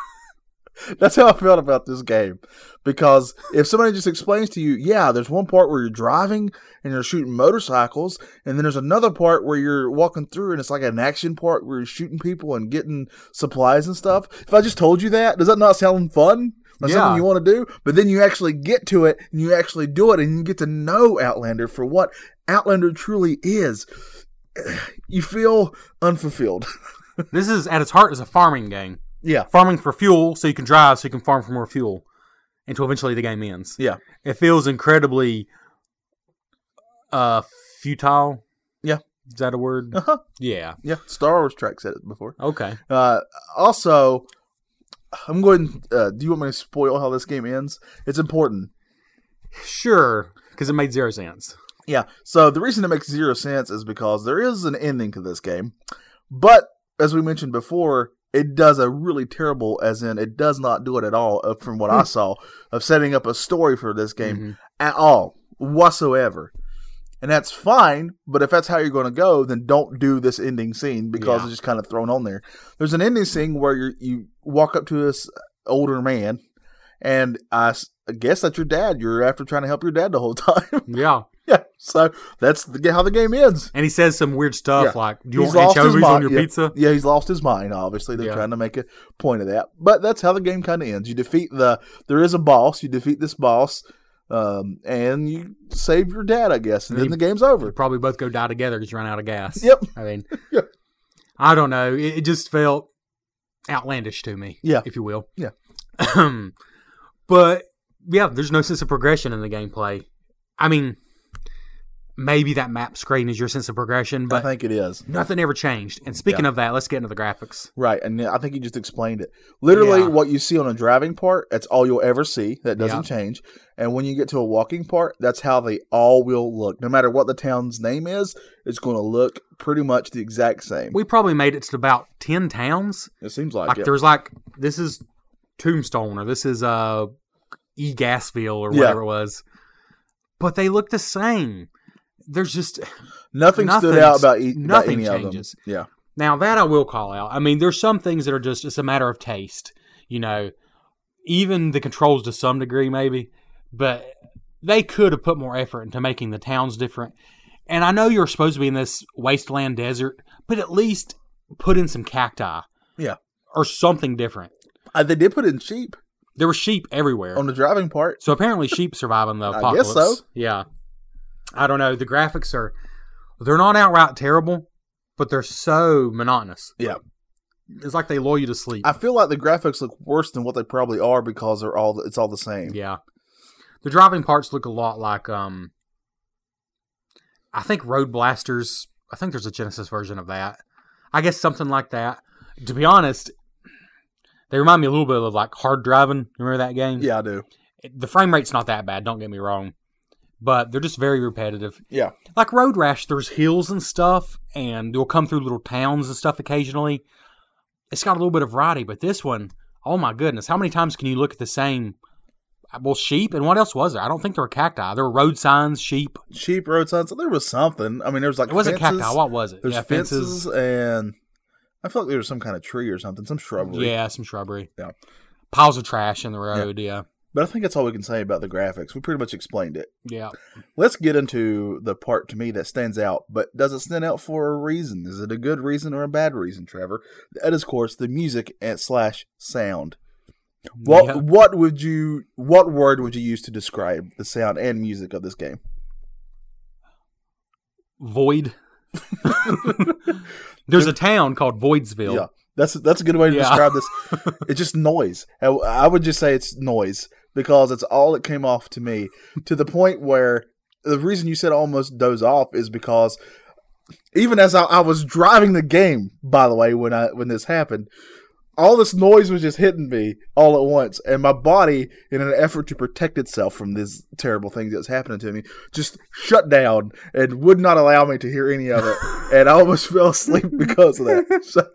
[SPEAKER 2] That's how I felt about this game. Because if somebody just explains to you, yeah, there's one part where you're driving and you're shooting motorcycles, and then there's another part where you're walking through and it's like an action part where you're shooting people and getting supplies and stuff. If I just told you that, does that not sound fun? Like
[SPEAKER 3] Yeah.
[SPEAKER 2] something you want to do? But then you actually get to it and you actually do it and you get to know Outlander for what Outlander truly is. You feel unfulfilled.
[SPEAKER 3] This is at its heart is a farming game.
[SPEAKER 2] yeah.
[SPEAKER 3] Farming for fuel, so you can drive, so you can farm for more fuel, until eventually the game ends.
[SPEAKER 2] Yeah.
[SPEAKER 3] It feels incredibly uh futile.
[SPEAKER 2] Yeah.
[SPEAKER 3] Is that a word?
[SPEAKER 2] Uh-huh.
[SPEAKER 3] Yeah.
[SPEAKER 2] Yeah. Star Wars Trek said it before.
[SPEAKER 3] Okay.
[SPEAKER 2] Uh, also, I'm going. Uh, do you want me to spoil how this game ends? It's important.
[SPEAKER 3] Sure. Because it made zero sense.
[SPEAKER 2] Yeah. So the reason it makes zero sense is because there is an ending to this game, but as we mentioned before, it does a really terrible, as in it does not do it at all, uh, from what I saw, of setting up a story for this
[SPEAKER 3] Mm-hmm.
[SPEAKER 2] game at all whatsoever. And that's fine, but if that's how you're going to go, then don't do this ending scene because
[SPEAKER 3] Yeah.
[SPEAKER 2] it's just kind of thrown on there. There's an ending scene where you you walk up to this older man, and I s- I guess that's your dad. You're after trying to help your dad the whole time.
[SPEAKER 3] Yeah.
[SPEAKER 2] Yeah, so that's the, how the game ends.
[SPEAKER 3] And he says some weird stuff
[SPEAKER 2] Yeah.
[SPEAKER 3] like, "Do you want anchovies on your
[SPEAKER 2] yeah.
[SPEAKER 3] pizza?"
[SPEAKER 2] Yeah, he's lost his mind. Obviously, they're
[SPEAKER 3] Yeah.
[SPEAKER 2] trying to make a point of that, but that's how the game kind of ends. You defeat the there is a boss. You defeat this boss, um, and you save your dad, I guess, and
[SPEAKER 3] And
[SPEAKER 2] then the
[SPEAKER 3] he-
[SPEAKER 2] game's over.
[SPEAKER 3] We'd probably both go die together because you run out of gas.
[SPEAKER 2] Yep.
[SPEAKER 3] I mean,
[SPEAKER 2] Yeah.
[SPEAKER 3] I don't know. It, it just felt outlandish to me.
[SPEAKER 2] Yeah.
[SPEAKER 3] If you will. Um,
[SPEAKER 2] Yeah.
[SPEAKER 3] but yeah, there's no sense of progression in the gameplay. I mean, maybe that map screen is your sense of progression,
[SPEAKER 2] I
[SPEAKER 3] but
[SPEAKER 2] think it is
[SPEAKER 3] nothing ever changed. And speaking of that, let's get into the graphics.
[SPEAKER 2] right, and I think you just explained it. Literally,
[SPEAKER 3] Yeah.
[SPEAKER 2] what you see on a driving part, that's all you'll ever see. That doesn't
[SPEAKER 3] Yeah.
[SPEAKER 2] change. And when you get to a walking part, that's how they all will look. No matter what the town's name is, it's going to look pretty much the exact same.
[SPEAKER 3] We probably made it to about ten towns.
[SPEAKER 2] it seems like,
[SPEAKER 3] Like
[SPEAKER 2] it.
[SPEAKER 3] there's like this is Tombstone or this is uh E Gasville or
[SPEAKER 2] Yeah.
[SPEAKER 3] whatever it was. But they look the same. There's just
[SPEAKER 2] Nothing, stood
[SPEAKER 3] Nothing-
[SPEAKER 2] out about, e- about any
[SPEAKER 3] nothing changes.
[SPEAKER 2] of them.
[SPEAKER 3] now that I will call out. I mean, there's some things that are just it's a matter of taste, you know. Even the controls to some degree, maybe, but they could have put more effort into making the towns different. And I know you're supposed to be in this wasteland desert, but at least put in some cacti.
[SPEAKER 2] Yeah.
[SPEAKER 3] Or something different.
[SPEAKER 2] Yeah, uh, they did put in sheep
[SPEAKER 3] There were sheep everywhere.
[SPEAKER 2] on the driving part.
[SPEAKER 3] So apparently, sheep surviving the
[SPEAKER 2] I
[SPEAKER 3] apocalypse.
[SPEAKER 2] guess so.
[SPEAKER 3] Yeah, I don't know. The graphics are they're not outright terrible, but they're so monotonous.
[SPEAKER 2] Yeah.
[SPEAKER 3] it's like they lull you to sleep.
[SPEAKER 2] I feel like the graphics look worse than what they probably are because they're all it's all the same.
[SPEAKER 3] yeah, the driving parts look a lot like um, I think Road Blasters. I think there's a Genesis version of that. I guess something like that. To be honest, they remind me a little bit of like Hard Driving. Remember that game?
[SPEAKER 2] Yeah, I do.
[SPEAKER 3] the frame rate's not that bad. Don't get me wrong, but they're just very repetitive.
[SPEAKER 2] Yeah.
[SPEAKER 3] like Road Rash, there's hills and stuff, and you'll come through little towns and stuff occasionally. It's got a little bit of variety, but this one, oh my goodness, how many times can you look at the same? uh, Well, sheep and what else was there? I don't think there were cacti. There were road signs, sheep.
[SPEAKER 2] Sheep road signs. There was something. I mean, there was like
[SPEAKER 3] It wasn't
[SPEAKER 2] fences.
[SPEAKER 3] cacti. What was it?
[SPEAKER 2] There's
[SPEAKER 3] yeah,
[SPEAKER 2] fences, and I feel like there was some kind of tree or something, some shrubbery.
[SPEAKER 3] Yeah, some shrubbery.
[SPEAKER 2] Yeah.
[SPEAKER 3] Piles of trash in the road. Yeah.
[SPEAKER 2] But I think that's all we can say about the graphics. We pretty much explained it.
[SPEAKER 3] Yeah.
[SPEAKER 2] Let's get into the part to me that stands out, but does it stand out for a reason? Is it a good reason or a bad reason, Trevor? That is, of course, the music and slash sound. What
[SPEAKER 3] Yeah.
[SPEAKER 2] what would you what word would you use to describe the sound and music of this game?
[SPEAKER 3] Void. There's a town called Voidsville.
[SPEAKER 2] Yeah, that's that's a good way to
[SPEAKER 3] Yeah.
[SPEAKER 2] describe this. It's just noise. I, I would just say it's noise because it's all it came off to me to the point where the reason you said I almost doze off is because even as I, I was driving the game, by the way, when I when this happened, all this noise was just hitting me all at once, and my body, in an effort to protect itself from these terrible things that's happening to me, just shut down and would not allow me to hear any of it, and I almost fell asleep because of that. So,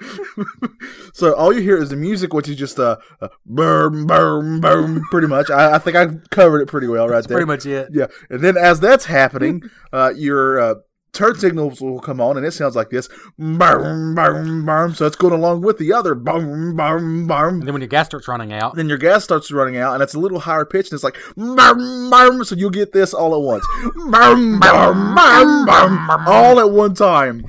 [SPEAKER 2] so all you hear is the music, which is just uh, a, a boom, boom, boom, pretty much. I, I think I covered it pretty well right there.
[SPEAKER 3] Pretty much it.
[SPEAKER 2] Yeah, and then as that's happening, uh, your uh, turn signals will come on, and it sounds like this. Boom, boom, boom. So it's going along with the other. Boom, boom, boom.
[SPEAKER 3] And then when your gas starts running out,
[SPEAKER 2] Then your gas starts running out, and it's a little higher pitch, and it's like, boom, boom. So you'll get this all at once. Boom, boom, boom, boom. All at one time.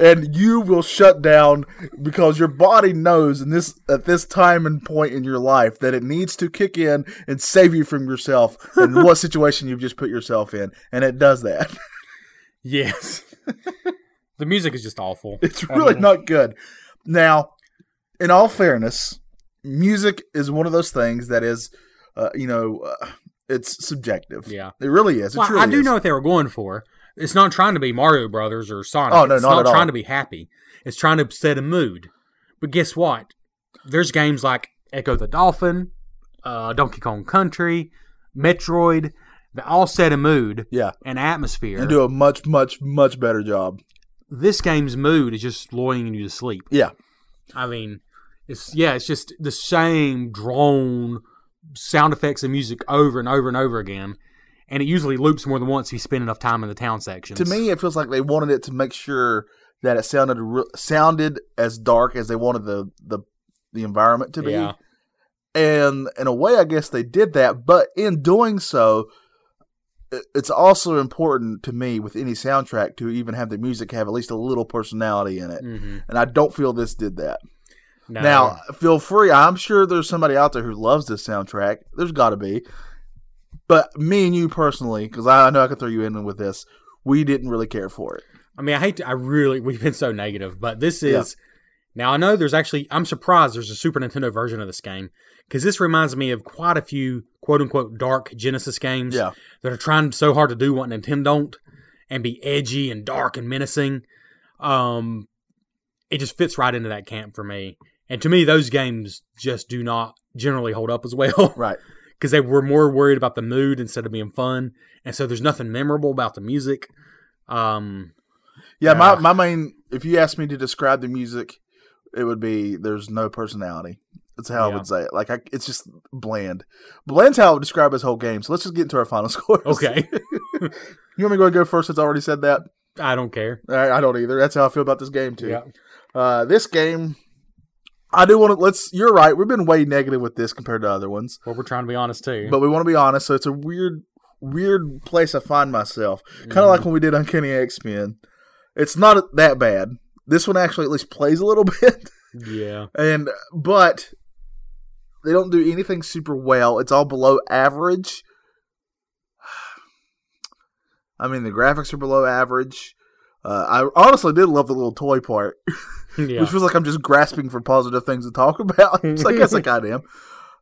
[SPEAKER 2] And you will shut down because your body knows in this at this time and point in your life that it needs to kick in and save you from yourself and what situation you've just put yourself in, and it does that.
[SPEAKER 3] yes,
[SPEAKER 4] The music is just awful.
[SPEAKER 2] It's really not good. Now, in all fairness, music is one of those things that is, uh, you know, uh, it's subjective.
[SPEAKER 4] Yeah.
[SPEAKER 2] it really is. It
[SPEAKER 3] well,
[SPEAKER 2] truly
[SPEAKER 3] I do
[SPEAKER 2] is.
[SPEAKER 3] know what they were going for. It's not trying to be Mario Brothers or Sonic.
[SPEAKER 2] Oh, no,
[SPEAKER 3] it's
[SPEAKER 2] not at all.
[SPEAKER 3] trying to be happy. It's trying to set a mood. But guess what? There's games like Echo the Dolphin, uh, Donkey Kong Country, Metroid that all set a mood
[SPEAKER 2] Yeah,
[SPEAKER 3] and atmosphere.
[SPEAKER 2] and do a much, much, much better job.
[SPEAKER 3] this game's mood is just lulling you to sleep.
[SPEAKER 2] Yeah,
[SPEAKER 3] I mean, it's yeah, it's just the same drone sound effects and music over and over and over again, and it usually loops more than once if you spend enough time in the town sections.
[SPEAKER 2] to me, it feels like they wanted it to make sure that it sounded re- sounded as dark as they wanted the the the environment to be.
[SPEAKER 4] Yeah.
[SPEAKER 2] and in a way, I guess they did that. But in doing so, i- it's also important to me with any soundtrack to even have the music have at least a little personality in it.
[SPEAKER 3] Mm.
[SPEAKER 4] Mm-hmm.
[SPEAKER 2] And I don't feel this did that.
[SPEAKER 4] No.
[SPEAKER 2] Now,
[SPEAKER 3] Um,
[SPEAKER 2] feel free. I'm sure there's somebody out there who loves this soundtrack. There's got to be. But me and you personally, because I I know I could throw you in with this, we didn't really care for it.
[SPEAKER 3] I mean, I hate to, I really, we've been so negative, but this
[SPEAKER 2] Yeah.
[SPEAKER 3] is, now I know there's actually, I'm surprised there's a Super Nintendo version of this game because this reminds me of quite a few quote unquote dark Genesis games
[SPEAKER 2] Yeah.
[SPEAKER 3] that are trying so hard to do what Nintendo don't and be edgy and dark and menacing. Um, it just fits right into that camp for me. And to me, those games just do not generally hold up as well
[SPEAKER 2] Right.
[SPEAKER 3] because they were more worried about the mood instead of being fun. And so there's nothing memorable about the music. Um,
[SPEAKER 2] Yeah, my,
[SPEAKER 3] Yeah.
[SPEAKER 2] my main, if you asked me to describe the music, it would be there's no personality. That's how I
[SPEAKER 3] Yeah.
[SPEAKER 2] would say it. Like, I, it's just bland. Bland's how I would describe his whole game. So let's just get into our final scores.
[SPEAKER 3] Okay.
[SPEAKER 2] You want me to go, go first since I already said that?
[SPEAKER 3] I don't care.
[SPEAKER 2] All right, I don't either. That's how I feel about this game, too. Uh, this game, I do want to, let's, you're right. We've been way negative with this compared to other ones.
[SPEAKER 3] Well, we're trying to be honest too.
[SPEAKER 2] But we want to be honest, so it's a weird, weird place I find myself. Kind of like when we did Uncanny X Men. It's not that bad. This one actually at least plays a little bit,
[SPEAKER 3] yeah.
[SPEAKER 2] and but they don't do anything super well. It's all below average. I mean, the graphics are below average. Uh, I honestly did love the little toy part
[SPEAKER 3] Yeah.
[SPEAKER 2] which feels like I'm just grasping for positive things to talk about. so I guess I kind of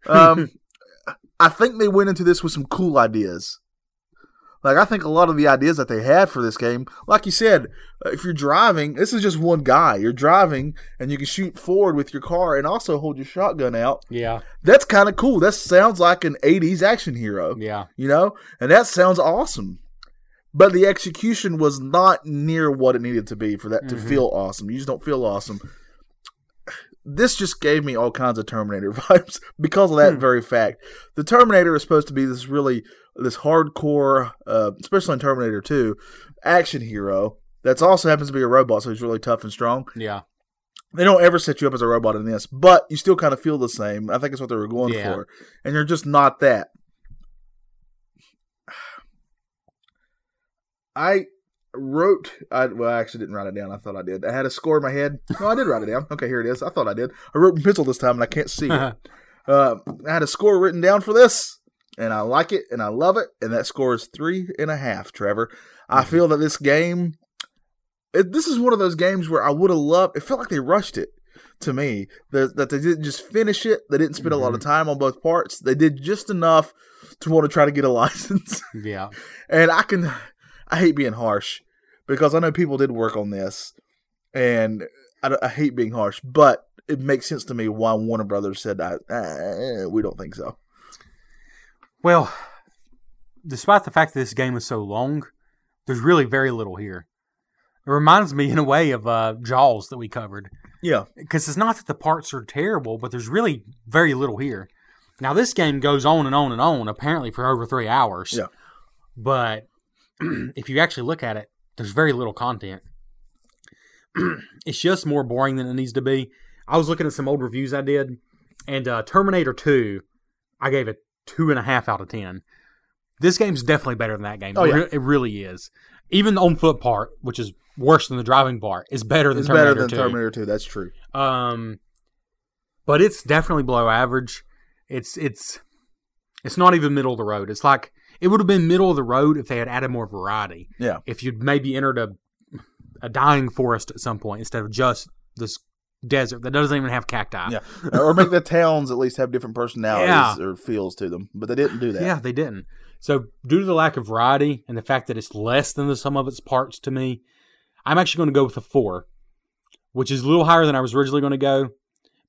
[SPEAKER 2] am. Um, I think they went into this with some cool ideas. Like I think a lot of the ideas that they had for this game, like you said, uh, if you're driving, this is just one guy. You're driving and you can shoot forward with your car and also hold your shotgun out.
[SPEAKER 3] Yeah.
[SPEAKER 2] That's kind of cool. That sounds like an 80s action hero
[SPEAKER 3] Yeah.
[SPEAKER 2] you know, and that sounds awesome. But the execution was not near what it needed to be for that to
[SPEAKER 3] Mhm.
[SPEAKER 2] feel awesome. You just don't feel awesome. This just gave me all kinds of Terminator vibes because of that very fact. The Terminator is supposed to be this really this hardcore, uh, especially in Terminator Two, action hero that's also happens to be a robot, so he's really tough and strong.
[SPEAKER 3] Yeah.
[SPEAKER 2] They don't ever set you up as a robot in this, but you still kind of feel the same. I think it's what they were going
[SPEAKER 3] Yeah.
[SPEAKER 2] for, and you're just not that. I wrote. I well, I actually didn't write it down. I thought I did. I had a score in my head. No, I did write it down. Okay, here it is. I thought I did. I wrote in pencil this time, and I can't see it. Uh, I had a score written down for this, and I like it, and I love it, and that score is three and a half. Trevor, I feel that this game, it, this is one of those games where I would have loved. It felt like they rushed it to me. That that they didn't just finish it. They didn't spend a lot of time on both parts. They did just enough to want to try to get a license.
[SPEAKER 3] Yeah.
[SPEAKER 2] and I can, I hate being harsh because I know people did work on this, and I, don't- I hate being harsh, but. It makes sense to me why Warner Brothers said, I, uh, "We don't think so."
[SPEAKER 3] Well, despite the fact that this game is so long, there's really very little here. It reminds me, in a way, of uh, Jaws that we covered.
[SPEAKER 2] Yeah,
[SPEAKER 3] because it's not that the parts are terrible, but there's really very little here. Now this game goes on and on and on, apparently for over three hours.
[SPEAKER 2] Yeah.
[SPEAKER 3] But if you actually look at it, there's very little content. it's just more boring than it needs to be. I was looking at some old reviews I did, and uh, Terminator 2, I gave it two and a half out of ten. This game's definitely better than that game.
[SPEAKER 2] Oh, yeah.
[SPEAKER 3] It re- It really is. Even the on foot part, which is worse than the driving part, is better than
[SPEAKER 2] It's
[SPEAKER 3] Terminator
[SPEAKER 2] better than
[SPEAKER 3] 2.
[SPEAKER 2] Terminator 2. That's true.
[SPEAKER 3] Um, but it's definitely below average. It's it's it's not even middle of the road. It's like it would have been middle of the road if they had added more variety.
[SPEAKER 2] Yeah.
[SPEAKER 3] If you'd maybe entered a a dying forest at some point instead of just this desert that doesn't even have cacti.
[SPEAKER 2] Yeah. or make the towns at least have different personalities or feels to them. But they didn't do that.
[SPEAKER 3] Yeah, they didn't. So, due to the lack of variety and the fact that it's less than the sum of its parts to me, I'm actually going to go with a four, which is a little higher than I was originally going to go.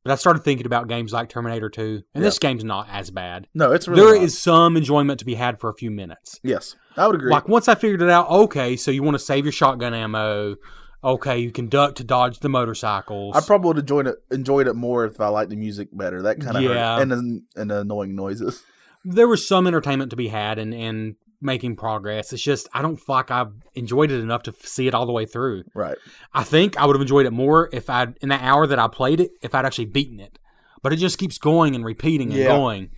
[SPEAKER 3] But I started thinking about games like Terminator 2, and this game's not as bad.
[SPEAKER 2] No, it's
[SPEAKER 3] There
[SPEAKER 2] really
[SPEAKER 3] is
[SPEAKER 2] not.
[SPEAKER 3] some enjoyment to be had for a few minutes.
[SPEAKER 2] Yes, I would agree.
[SPEAKER 3] Like, once I figured it out, okay, so you want to save your shotgun ammo. Okay, you can duck to dodge the motorcycles.
[SPEAKER 2] I probably would have enjoyed it, enjoyed it more if I liked the music better. That kind of
[SPEAKER 3] Yeah.
[SPEAKER 2] hurt. and the, and the annoying noises.
[SPEAKER 3] there was some entertainment to be had and and making progress. It's just I don't feel like I enjoyed it enough to f- see it all the way through.
[SPEAKER 2] Right.
[SPEAKER 3] I think I would have enjoyed it more if I would in that hour that I played it if I'd actually beaten it. But it just keeps going and repeating and
[SPEAKER 2] Yeah.
[SPEAKER 3] going.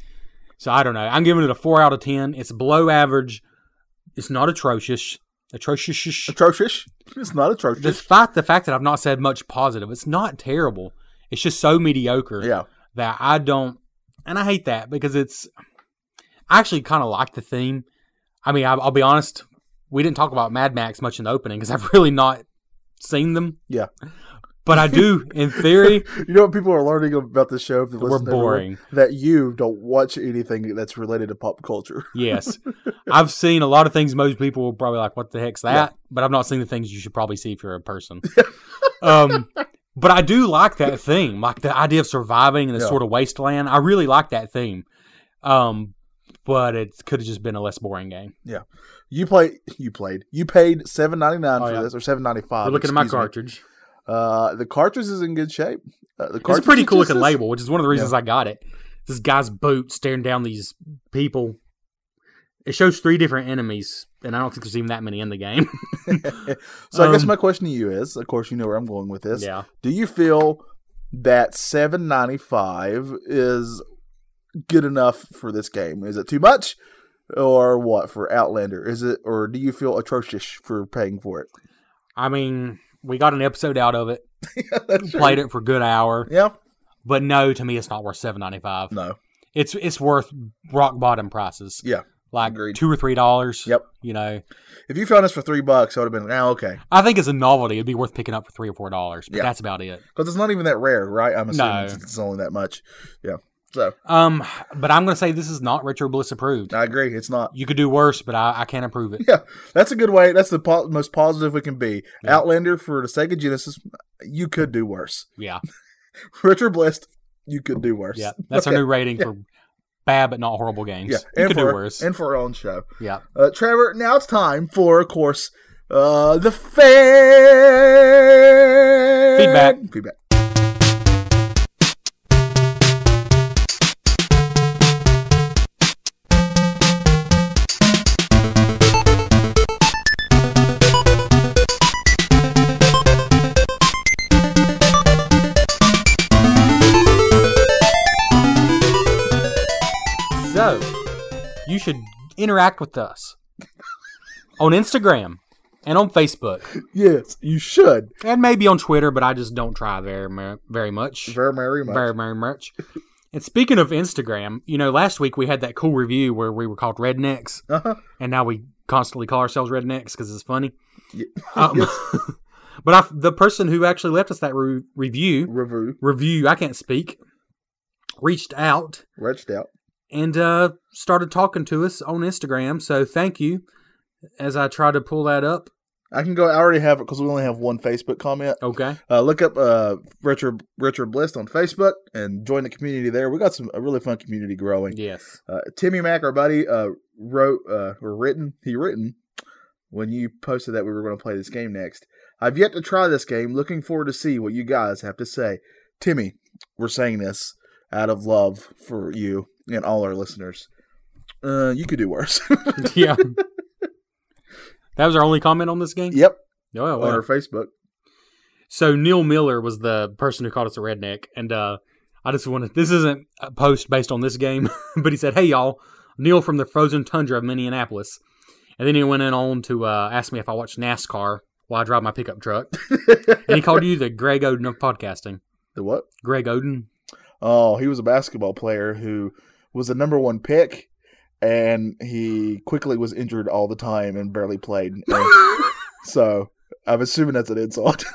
[SPEAKER 3] So I don't know. I'm giving it a four out of ten. It's below average. It's not atrocious. Atrocious.
[SPEAKER 2] Atrocious. It's not atrocious.
[SPEAKER 3] Despite the fact that I've not said much positive, it's not terrible. It's just so mediocre
[SPEAKER 2] yeah.
[SPEAKER 3] that I don't, and I hate that because it's. I actually kind of like the theme. I mean, I, I'll be honest, we didn't talk about Mad Max much in the opening because I've really not seen them.
[SPEAKER 2] Yeah.
[SPEAKER 3] But I do, in theory.
[SPEAKER 2] You know what people are learning about the show? If they
[SPEAKER 3] We're
[SPEAKER 2] listen to everyone?
[SPEAKER 3] boring.
[SPEAKER 2] That you don't watch anything that's related to pop culture.
[SPEAKER 3] Yes. I've seen a lot of things most people will probably like, what the heck's that? But I've not seen the things you should probably see if you're a person. um, but I do like that theme, like the idea of surviving in this
[SPEAKER 2] Yeah.
[SPEAKER 3] sort of wasteland. I really like that theme. Um, but it could have just been a less boring game.
[SPEAKER 2] You play. You played. You paid seven ninety nine
[SPEAKER 3] Oh,
[SPEAKER 2] for
[SPEAKER 3] yeah.
[SPEAKER 2] this or seven ninety five.
[SPEAKER 3] We're looking at my cartridge.
[SPEAKER 2] Uh, the cartridge is in good shape. Uh, the
[SPEAKER 3] It's a
[SPEAKER 2] cartridge
[SPEAKER 3] pretty
[SPEAKER 2] is
[SPEAKER 3] cool
[SPEAKER 2] just
[SPEAKER 3] looking
[SPEAKER 2] this-
[SPEAKER 3] label, which is one of the reasons I got it. This guy's boot staring down these people. It shows three different enemies, and I don't think there's even that many in the game.
[SPEAKER 2] So I guess
[SPEAKER 3] Um,
[SPEAKER 2] my question to you is, of course, you know where I'm going with this.
[SPEAKER 3] yeah.
[SPEAKER 2] Do you feel that 795 is good enough for this game? Is it too much? Or what for Outlander? Is it or do you feel atrocious for paying for it?
[SPEAKER 3] I mean, we got an episode out of it. Played it for a good hour,
[SPEAKER 2] Yeah.
[SPEAKER 3] but no, to me, it's not worth seven ninety five.
[SPEAKER 2] No.
[SPEAKER 3] It's it's worth rock bottom prices.
[SPEAKER 2] Yeah.
[SPEAKER 3] like
[SPEAKER 2] Agreed.
[SPEAKER 3] two or three dollars.
[SPEAKER 2] Yep.
[SPEAKER 3] You know,
[SPEAKER 2] If you found this for three bucks, I would have been ah, okay
[SPEAKER 3] I think as a novelty, it'd be worth picking up for three or four dollars. But
[SPEAKER 2] Yeah.
[SPEAKER 3] that's about it.
[SPEAKER 2] because it's not even that rare, right? I'm assuming
[SPEAKER 3] No.
[SPEAKER 2] since it's only that much. Yeah. So
[SPEAKER 3] Um, but I'm gonna say this is not Retro Bliss approved.
[SPEAKER 2] I agree. It's not.
[SPEAKER 3] You could do worse, but I, I can't approve it.
[SPEAKER 2] Yeah, that's a good way. That's the po- most positive we can be. Outlander for the Sega Genesis, you could do worse.
[SPEAKER 3] Yeah,
[SPEAKER 2] Richard Blessed, you could do worse.
[SPEAKER 3] yeah. That's our new rating for bad but not horrible games.
[SPEAKER 2] Yeah,
[SPEAKER 3] you
[SPEAKER 2] and
[SPEAKER 3] could
[SPEAKER 2] for
[SPEAKER 3] do worse.
[SPEAKER 2] and for our own show.
[SPEAKER 3] yeah,
[SPEAKER 2] Uh, Trevor, now it's time for, of course, uh, the fan
[SPEAKER 3] Feedback.
[SPEAKER 2] Feedback.
[SPEAKER 3] So, you should interact with us on Instagram and on Facebook
[SPEAKER 2] Yes, you should
[SPEAKER 3] and maybe on Twitter, but I just don't try very mu- very much.
[SPEAKER 2] very, very much.
[SPEAKER 3] Very very much. And speaking of Instagram, you know, last week we had that cool review where we were called rednecks,
[SPEAKER 2] Uh-huh.
[SPEAKER 3] and now we constantly call ourselves rednecks because it's funny.
[SPEAKER 2] Ye-
[SPEAKER 3] Um, but I, the person who actually left us that re- review
[SPEAKER 2] Review,
[SPEAKER 3] review I can't speak reached out
[SPEAKER 2] reached out.
[SPEAKER 3] and uh, started talking to us on Instagram. So thank you. As I try to pull that up,
[SPEAKER 2] I can go. I already have it because we only have one Facebook comment.
[SPEAKER 3] okay,
[SPEAKER 2] Uh, look up uh, Richard Richard Bliss on Facebook and join the community there. We got some a really fun community growing.
[SPEAKER 3] yes,
[SPEAKER 2] Uh, Timmy Mack, our buddy, uh, wrote uh, or written he written when you posted that we were going to play this game next. I've yet to try this game. Looking forward to see what you guys have to say. Timmy, we're saying this out of love for you and all our listeners. Uh, you could do worse.
[SPEAKER 3] yeah. That was our only comment on this game.
[SPEAKER 2] Yep,
[SPEAKER 3] Oh,
[SPEAKER 2] on
[SPEAKER 3] wow.
[SPEAKER 2] our Facebook.
[SPEAKER 3] So Neil Miller was the person who called us a redneck, and uh, I just wanted this isn't a post based on this game, but he said, "Hey y'all, Neil from the frozen tundra of Minneapolis," and then he went in on to uh, ask me if I watched NASCAR while I drive my pickup truck, and he called you the Greg Oden of podcasting.
[SPEAKER 2] The what?
[SPEAKER 3] Greg Oden,
[SPEAKER 2] Oh, he was a basketball player who was the number one pick, and he quickly was injured all the time and barely played. And so I'm assuming that's an insult.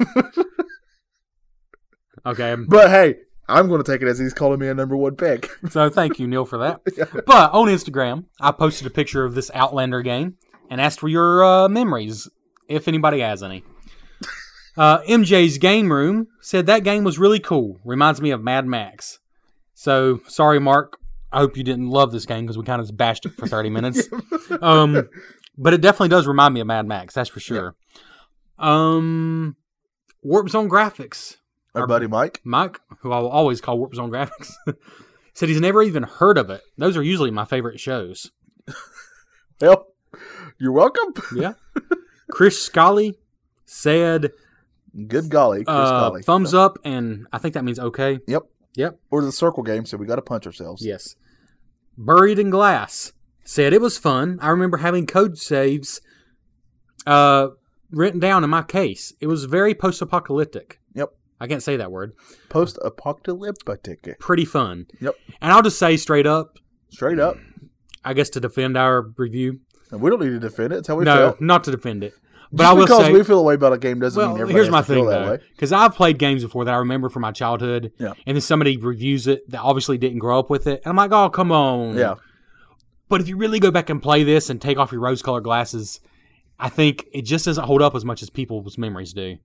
[SPEAKER 3] okay.
[SPEAKER 2] but hey, I'm going to take it as he's calling me a number one pick.
[SPEAKER 3] So thank you, Neil, for that. But on Instagram, I posted a picture of this Outlander game and asked for your uh, memories, if anybody has any. Uh, MJ's Game Room said that game was really cool. Reminds me of Mad Max. So sorry, Mark. I hope you didn't love this game because we kind of bashed it for 30 minutes. Um, but it definitely does remind me of Mad Max, that's for sure. Um, Warp Zone Graphics
[SPEAKER 2] Our buddy Mike.
[SPEAKER 3] Mike, who I will always call Warp Zone Graphics, said he's never even heard of it. Those are usually my favorite shows.
[SPEAKER 2] Well, you're welcome.
[SPEAKER 3] Yeah. Chris Scully said
[SPEAKER 2] Good golly, Chris
[SPEAKER 3] uh,
[SPEAKER 2] Colley.
[SPEAKER 3] thumbs up, and I think that means okay.
[SPEAKER 2] Yep.
[SPEAKER 3] Yep.
[SPEAKER 2] Or the circle game, so we got to punch ourselves.
[SPEAKER 3] Yes. Buried in Glass said it was fun. I remember having code saves uh, written down in my case. It was very post apocalyptic.
[SPEAKER 2] Yep.
[SPEAKER 3] I can't say that word.
[SPEAKER 2] Post apocalyptic.
[SPEAKER 3] Pretty fun.
[SPEAKER 2] Yep.
[SPEAKER 3] And I'll just say straight up,
[SPEAKER 2] Straight up.
[SPEAKER 3] I guess to defend our review,
[SPEAKER 2] And we don't need to defend it. It's how we
[SPEAKER 3] no,
[SPEAKER 2] feel.
[SPEAKER 3] not to defend it. But
[SPEAKER 2] Just
[SPEAKER 3] I will
[SPEAKER 2] because
[SPEAKER 3] say,
[SPEAKER 2] we feel a way about a game doesn't
[SPEAKER 3] well,
[SPEAKER 2] mean everybody
[SPEAKER 3] here's
[SPEAKER 2] has
[SPEAKER 3] my
[SPEAKER 2] to feel
[SPEAKER 3] thing
[SPEAKER 2] that
[SPEAKER 3] though,
[SPEAKER 2] way.
[SPEAKER 3] because I've played games before that I remember from my childhood,
[SPEAKER 2] Yeah.
[SPEAKER 3] and then somebody reviews it that obviously didn't grow up with it, and I'm like, oh, come on,
[SPEAKER 2] Yeah.
[SPEAKER 3] But if you really go back and play this and take off your rose-colored glasses, I think it just doesn't hold up as much as people's memories do.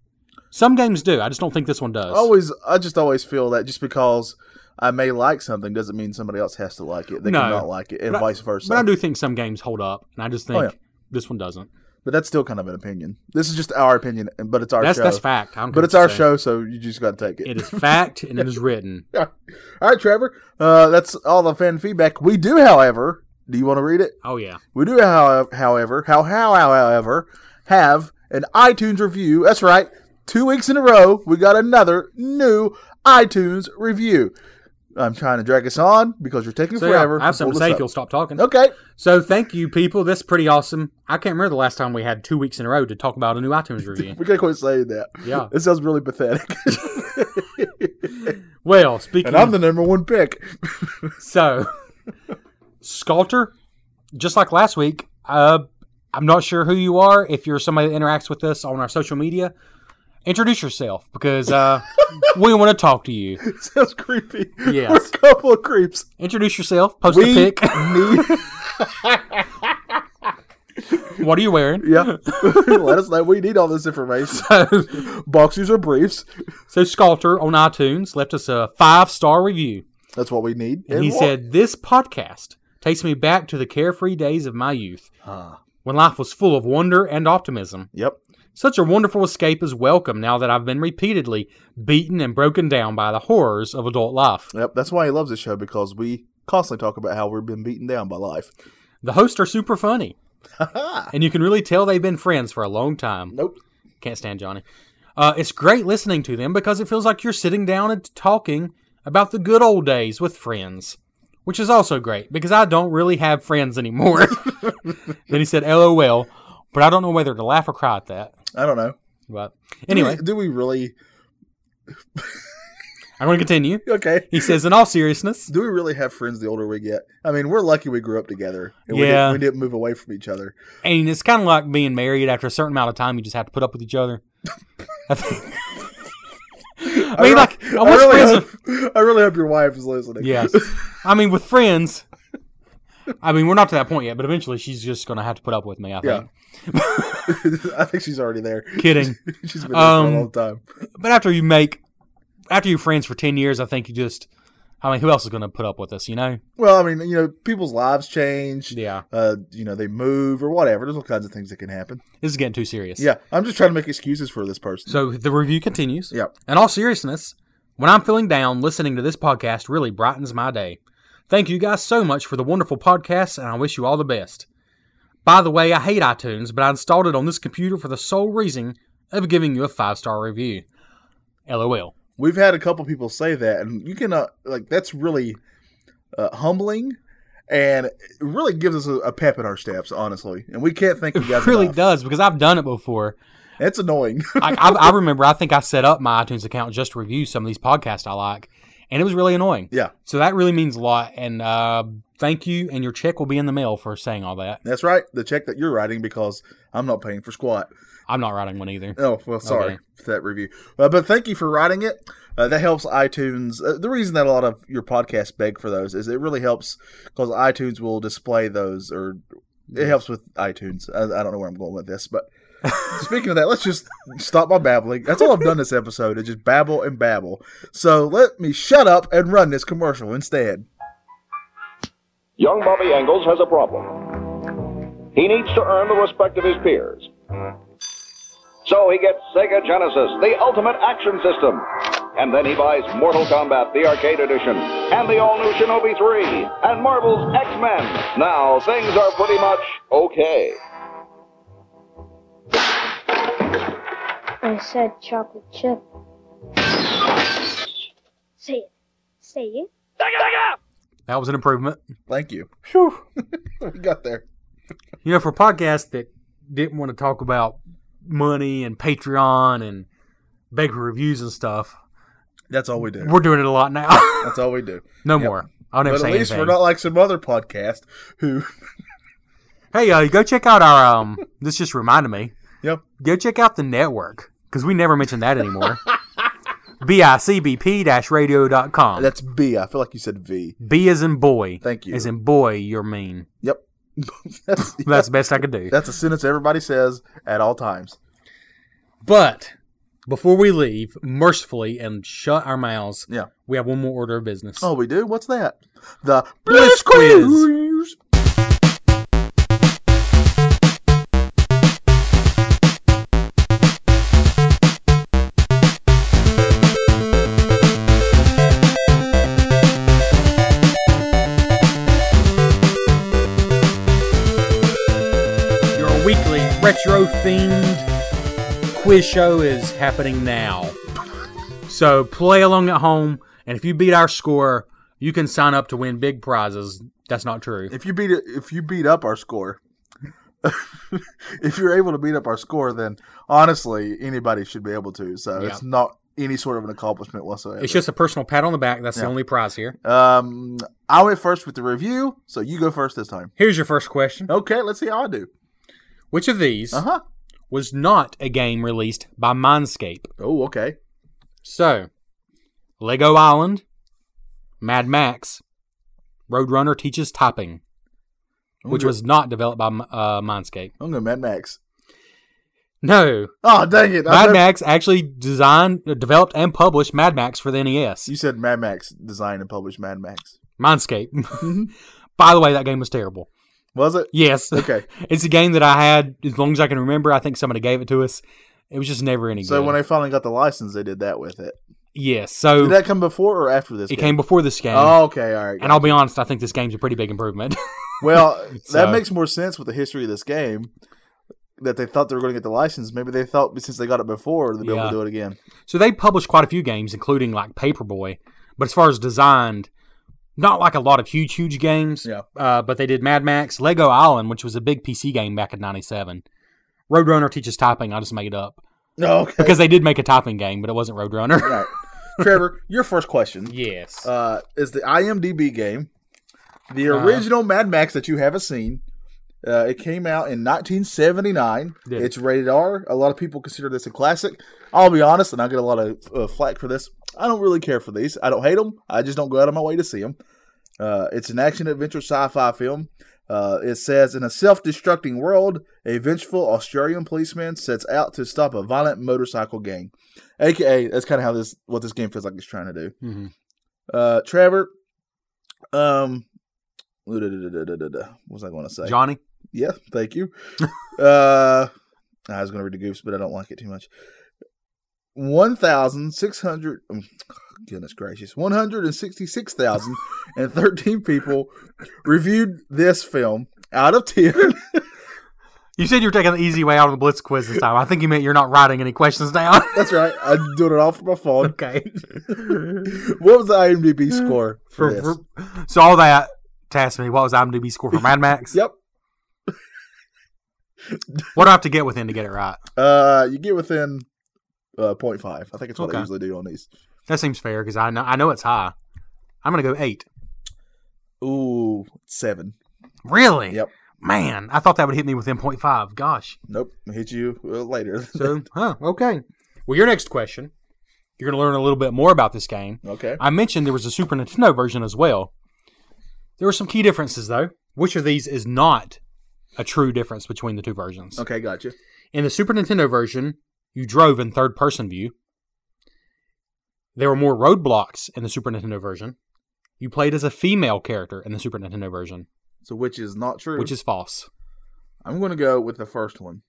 [SPEAKER 3] Some games do. I just don't think this one does.
[SPEAKER 2] always I just always feel that just because I may like something doesn't mean somebody else has to like it. They
[SPEAKER 3] No.
[SPEAKER 2] can not like it, and
[SPEAKER 3] But I-
[SPEAKER 2] vice versa.
[SPEAKER 3] but I do think some games hold up, and I just think
[SPEAKER 2] Oh, yeah.
[SPEAKER 3] this one doesn't.
[SPEAKER 2] But that's still kind of an opinion. This is just our opinion, and- but it's our
[SPEAKER 3] That's
[SPEAKER 2] show.
[SPEAKER 3] that's fact. I don't care
[SPEAKER 2] But
[SPEAKER 3] what
[SPEAKER 2] it's
[SPEAKER 3] you
[SPEAKER 2] our
[SPEAKER 3] say.
[SPEAKER 2] show, so you just got to take it.
[SPEAKER 3] It is fact, and it is written.
[SPEAKER 2] all right, Trevor. Uh, that's all the fan feedback. We do, however, do you want to read it?
[SPEAKER 3] Oh yeah.
[SPEAKER 2] We do, how, however, how, how, however, have an iTunes review. That's right. Two weeks in a row, we got another new iTunes review. I'm trying to drag us on because you're taking
[SPEAKER 3] So yeah,
[SPEAKER 2] forever.
[SPEAKER 3] I have something to
[SPEAKER 2] Pull
[SPEAKER 3] say
[SPEAKER 2] this
[SPEAKER 3] if you'll
[SPEAKER 2] up.
[SPEAKER 3] stop talking.
[SPEAKER 2] Okay.
[SPEAKER 3] So thank you, people. That's pretty awesome. I can't remember the last time we had two weeks in a row to talk about a new iTunes review.
[SPEAKER 2] We gotta quit saying that.
[SPEAKER 3] Yeah.
[SPEAKER 2] It sounds really pathetic.
[SPEAKER 3] Well, speaking
[SPEAKER 2] and I'm the number one pick.
[SPEAKER 3] so Sculter, just like last week, uh, I'm not sure who you are. If you're somebody that interacts with us on our social media, introduce yourself because uh, we want to talk to you.
[SPEAKER 2] sounds creepy.
[SPEAKER 3] Yes.
[SPEAKER 2] We're a couple of creeps.
[SPEAKER 3] Introduce yourself. Post
[SPEAKER 2] We
[SPEAKER 3] a pic.
[SPEAKER 2] Need
[SPEAKER 3] what are you wearing?
[SPEAKER 2] Yeah. Let us know. We need all this information. Boxers or briefs.
[SPEAKER 3] so Sculter on iTunes left us a five star review.
[SPEAKER 2] That's what we need.
[SPEAKER 3] And he
[SPEAKER 2] what-
[SPEAKER 3] said, This podcast takes me back to the carefree days of my youth
[SPEAKER 2] Ah.
[SPEAKER 3] when life was full of wonder and optimism.
[SPEAKER 2] Yep.
[SPEAKER 3] Such a wonderful escape is welcome now that I've been repeatedly beaten and broken down by the horrors of adult life.
[SPEAKER 2] Yep. That's why he loves this show because we constantly talk about how we've been beaten down by life.
[SPEAKER 3] The hosts are super funny, and you can really tell they've been friends for a long time.
[SPEAKER 2] Nope.
[SPEAKER 3] Can't stand Johnny. Uh, it's great listening to them because it feels like you're sitting down and talking about the good old days with friends, which is also great because I don't really have friends anymore. then he said, LOL, but I don't know whether to laugh or cry at that.
[SPEAKER 2] I don't know.
[SPEAKER 3] But
[SPEAKER 2] Do we-
[SPEAKER 3] anyway,
[SPEAKER 2] do we really?
[SPEAKER 3] I'm going to continue.
[SPEAKER 2] Okay.
[SPEAKER 3] He says, in all seriousness,
[SPEAKER 2] Do we really have friends the older we get? I mean, we're lucky we grew up together. And we,
[SPEAKER 3] Yeah.
[SPEAKER 2] didn't, we didn't move away from each other.
[SPEAKER 3] and it's kind of like being married after a certain amount of time, you just have to put up with each other. I think- I mean, like, I
[SPEAKER 2] I
[SPEAKER 3] was
[SPEAKER 2] really,
[SPEAKER 3] friends
[SPEAKER 2] hope, I really hope your wife is listening.
[SPEAKER 3] Yes. I mean, with friends, I mean, we're not to that point yet, but eventually she's just going to have to put up with me, I
[SPEAKER 2] Yeah.
[SPEAKER 3] think.
[SPEAKER 2] I think she's already there.
[SPEAKER 3] Kidding.
[SPEAKER 2] She's been there for
[SPEAKER 3] Um,
[SPEAKER 2] a long time.
[SPEAKER 3] But after you make, after you're friends for 10 years, I think you just, I mean, who else is going to put up with us, you know?
[SPEAKER 2] Well, I mean, you know, people's lives change.
[SPEAKER 3] Yeah.
[SPEAKER 2] Uh, you know, they move or whatever. There's all kinds of things that can happen.
[SPEAKER 3] This is getting too serious.
[SPEAKER 2] Yeah, I'm just trying to make excuses for this person.
[SPEAKER 3] So the review continues.
[SPEAKER 2] Yep.
[SPEAKER 3] In all seriousness, when I'm feeling down, listening to this podcast really brightens my day. Thank you guys so much for the wonderful podcast, and I wish you all the best. By the way, I hate iTunes, but I installed it on this computer for the sole reason of giving you a five star review. LOL.
[SPEAKER 2] We've had a couple people say that, and you can uh, like that's really uh, humbling, and it really gives us a, a pep in our steps, honestly. And we can't thank you guys.
[SPEAKER 3] It really
[SPEAKER 2] enough.
[SPEAKER 3] does because I've done it before.
[SPEAKER 2] It's annoying.
[SPEAKER 3] I, I, I remember, I think I set up my iTunes account just to review some of these podcasts I like, and it was really annoying.
[SPEAKER 2] yeah,
[SPEAKER 3] So that really means a lot. And uh, thank you, and your check will be in the mail for saying all that.
[SPEAKER 2] that's right. The check that you're writing because I'm not paying for squat.
[SPEAKER 3] I'm not writing one either.
[SPEAKER 2] Oh, well, sorry
[SPEAKER 3] Okay.
[SPEAKER 2] for that review. Uh, but thank you for writing it. Uh, that helps iTunes. Uh, the reason that a lot of your podcasts beg for those is it really helps because iTunes will display those, or it helps with iTunes. I, I don't know where I'm going with this, but speaking of that, let's just stop my babbling. That's all I've done this episode is just babble and babble. So let me shut up and run this commercial instead.
[SPEAKER 5] Young Bobby Engels has a problem. He needs to earn the respect of his peers. So he gets Sega Genesis, the ultimate action system. And then he buys Mortal Kombat, the arcade edition, and the all new Shinobi 3, and Marvel's X Men. Now things are pretty much okay.
[SPEAKER 6] I said chocolate chip. Say it. Say it.
[SPEAKER 3] That was an improvement.
[SPEAKER 2] Thank you. we got there.
[SPEAKER 3] You know, for podcasts that didn't want to talk about money and Patreon and Baker reviews and stuff,
[SPEAKER 2] That's all we do.
[SPEAKER 3] we're doing it a lot now.
[SPEAKER 2] That's all we do.
[SPEAKER 3] no more. I'll never
[SPEAKER 2] But
[SPEAKER 3] say
[SPEAKER 2] at least
[SPEAKER 3] anything.
[SPEAKER 2] we're not like some other podcast who,
[SPEAKER 3] Hey, uh, go check out our. um This just reminded me.
[SPEAKER 2] yep,
[SPEAKER 3] Go check out the network because we never mention that anymore. bicbp radio.com.
[SPEAKER 2] That's B. I feel like you said V.
[SPEAKER 3] B is in boy.
[SPEAKER 2] Thank you.
[SPEAKER 3] As in boy, you're mean.
[SPEAKER 2] Yep. that's,
[SPEAKER 3] That's the best I could do.
[SPEAKER 2] that's a sentence everybody says at all times.
[SPEAKER 3] But before we leave, mercifully, and shut our mouths,
[SPEAKER 2] Yeah.
[SPEAKER 3] we have one more order of business.
[SPEAKER 2] Oh, we do? What's that? The
[SPEAKER 3] Bliss
[SPEAKER 2] Quiz.
[SPEAKER 3] Your weekly retro themed quiz show is happening now. So play along at home, and if you beat our score, you can sign up to win big prizes. That's not true.
[SPEAKER 2] If you beat it, if you beat up our score, if you're able to beat up our score, then honestly, anybody should be able to. So it's not any sort of an accomplishment whatsoever.
[SPEAKER 3] It's just a personal pat on the back. That's the only prize here.
[SPEAKER 2] um, I went first with the review, so you go first this time.
[SPEAKER 3] Here's your first question
[SPEAKER 2] Okay, let's see how I do.
[SPEAKER 3] Which of these
[SPEAKER 2] Uh huh.
[SPEAKER 3] was not a game released by Mindscape?
[SPEAKER 2] Oh, okay.
[SPEAKER 3] So, Lego Island, Mad Max, Roadrunner teaches typing, which was not developed by uh, Mindscape.
[SPEAKER 2] I'm going Mad Max.
[SPEAKER 3] No,
[SPEAKER 2] Oh, dang it! I
[SPEAKER 3] Mad
[SPEAKER 2] said-
[SPEAKER 3] Max actually designed, uh, developed, and published Mad Max for the E NES.
[SPEAKER 2] You said Mad Max designed and published Mad Max.
[SPEAKER 3] Mindscape.
[SPEAKER 2] Mm-hmm.
[SPEAKER 3] By the way, that game was terrible.
[SPEAKER 2] Was it?
[SPEAKER 3] Yes.
[SPEAKER 2] Okay.
[SPEAKER 3] it's a game that I had as long as I can remember. I think somebody gave it to us. It was just never any
[SPEAKER 2] So
[SPEAKER 3] good.
[SPEAKER 2] when they finally got the license, they did that with it.
[SPEAKER 3] yes. So
[SPEAKER 2] Did that come before or after this?
[SPEAKER 3] it
[SPEAKER 2] game?
[SPEAKER 3] came before this game.
[SPEAKER 2] Oh, okay, all right.
[SPEAKER 3] And I'll be honest, I think this game's a pretty big improvement.
[SPEAKER 2] well,
[SPEAKER 3] So-
[SPEAKER 2] that makes more sense with the history of this game. That they thought they were going to get the license. Maybe they thought since they got it before, they'd be
[SPEAKER 3] Yeah.
[SPEAKER 2] able to do it again.
[SPEAKER 3] So they published quite a few games, including like Paperboy. But as far as designed, not like a lot of huge, huge games.
[SPEAKER 2] Yeah.
[SPEAKER 3] Uh, but they did Mad Max, Lego Island, which was a big PC game back in '97. Roadrunner teaches typing. I just made it up
[SPEAKER 2] No, okay.
[SPEAKER 3] because they did make a typing game, but it wasn't Roadrunner.
[SPEAKER 2] all right. Trevor, your first question
[SPEAKER 3] yes.
[SPEAKER 2] uh, is the IMDb game, the original Mad Max that you haven't seen. Uh, it came out in 1979.
[SPEAKER 3] Did it.
[SPEAKER 2] It's rated R. A lot of people consider this a classic. I'll be honest, and I get a lot of uh, flack for this. I don't really care for these. I don't hate them. I just don't go out of my way to see them. Uh, it's an action adventure sci fi film. Uh, it says In a self destructing world, a vengeful Australian policeman sets out to stop a violent motorcycle gang. AKA, that's kind of how this what this game feels like it's trying to do.
[SPEAKER 3] Mhm.
[SPEAKER 2] Uh, Trevor, um, what was I going to say?
[SPEAKER 3] Johnny.
[SPEAKER 2] Yeah, thank you. uh, I was going to read the goofs, but I don't like it too much. 1,600, um, goodness gracious, 166,013 people reviewed this film out of 10
[SPEAKER 3] You said you were taking the easy way out on the Blitz quiz this time. I think you meant you're not writing any questions down.
[SPEAKER 2] That's right. I'm doing it all from my phone.
[SPEAKER 3] okay. Mm,
[SPEAKER 2] What was the IMDb score for,
[SPEAKER 3] For-
[SPEAKER 2] this?
[SPEAKER 3] for- so all that tasked me. What was IMDb score for Mad Max?
[SPEAKER 2] Yep.
[SPEAKER 3] What do I have to get within to get it right?
[SPEAKER 2] Uh, you get within uh, 0.5. I think it's what I
[SPEAKER 3] Okay.
[SPEAKER 2] usually do on these.
[SPEAKER 3] That seems fair because I know I know it's high. I'm gonna go eight.
[SPEAKER 2] Ooh, seven.
[SPEAKER 3] Really?
[SPEAKER 2] Yep.
[SPEAKER 3] Man, I thought that would hit me within 0.5. Gosh.
[SPEAKER 2] Nope. Hit you uh, later.
[SPEAKER 3] So, huh? Okay. Well, your next question, you're gonna learn a little bit more about this game.
[SPEAKER 2] okay.
[SPEAKER 3] I mentioned there was a Super Nintendo version as well. There were some key differences, though. Which of these is not a true difference between the two versions?
[SPEAKER 2] Okay, gotcha.
[SPEAKER 3] In the Super Nintendo version, you drove in third person view. There were more roadblocks in the Super Nintendo version. You played as a female character in the Super Nintendo version,
[SPEAKER 2] So which is not true?
[SPEAKER 3] which is false.
[SPEAKER 2] I'm gonna go with the first one.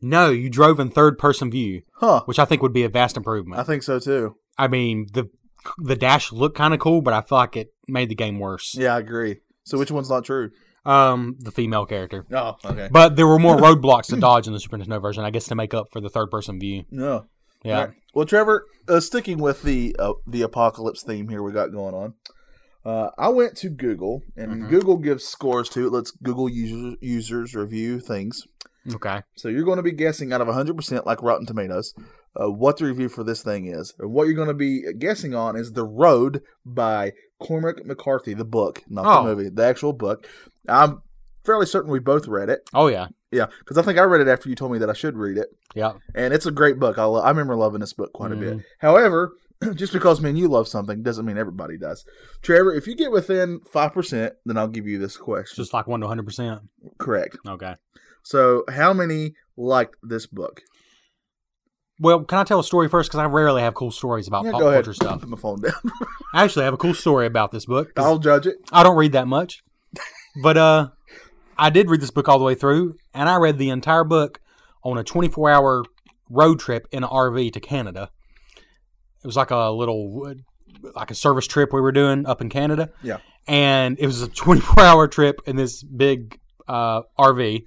[SPEAKER 3] No, you drove in third person view,
[SPEAKER 2] Huh.
[SPEAKER 3] which I think would be a
[SPEAKER 2] I
[SPEAKER 3] vast improvement.
[SPEAKER 2] think so too.
[SPEAKER 3] I mean, the the dash looked kind of cool, but I feel like it made the game worse.
[SPEAKER 2] Yeah, I agree. So which one's not true?
[SPEAKER 3] Um, the female character.
[SPEAKER 2] Oh, okay.
[SPEAKER 3] But there were more roadblocks to dodge in the Super Nintendo version, I guess, to make up for the third person view.
[SPEAKER 2] No.
[SPEAKER 3] Yeah.
[SPEAKER 2] All right. Well, Trevor, uh, sticking with the uh, the apocalypse theme here we got going on, uh, I went to Google and
[SPEAKER 3] Mm-hmm.
[SPEAKER 2] Google gives scores to it. Let's Google user, users review things.
[SPEAKER 3] Okay.
[SPEAKER 2] So you're going to be guessing out of 100%, like Rotten Tomatoes, uh, what the review for this thing is. And what you're going to be guessing on is The Road by Cormac McCarthy, the book, not
[SPEAKER 3] Oh.
[SPEAKER 2] the movie, the actual book. I'm fairly certain we both read it.
[SPEAKER 3] Oh, yeah.
[SPEAKER 2] Yeah, because I think I read it after you told me that I should read it.
[SPEAKER 3] Yeah.
[SPEAKER 2] And it's a great book. I, lo- I remember loving this book quite
[SPEAKER 3] Mm.
[SPEAKER 2] a bit. However, just because me and you love something doesn't mean everybody does. Trevor, if you get within 5%, then I'll give you this
[SPEAKER 3] It's
[SPEAKER 2] question.
[SPEAKER 3] just like 1 to 100%.
[SPEAKER 2] Correct.
[SPEAKER 3] Okay.
[SPEAKER 2] So, how many liked this book?
[SPEAKER 3] Well, can I tell a story first? Because I rarely have cool stories about
[SPEAKER 2] Yeah,
[SPEAKER 3] pop
[SPEAKER 2] go ahead.
[SPEAKER 3] culture stuff.
[SPEAKER 2] Put my phone down.
[SPEAKER 3] I actually have a cool story about this book. 'cause
[SPEAKER 2] I'll judge it.
[SPEAKER 3] I don't read that much, but uh, I did read this book all the way through, and I read the entire book on a 24-hour road trip in an RV to Canada. It was like a little, like a service trip we were doing up in Canada.
[SPEAKER 2] Yeah.
[SPEAKER 3] and it was a 24-hour trip in this big uh, RV.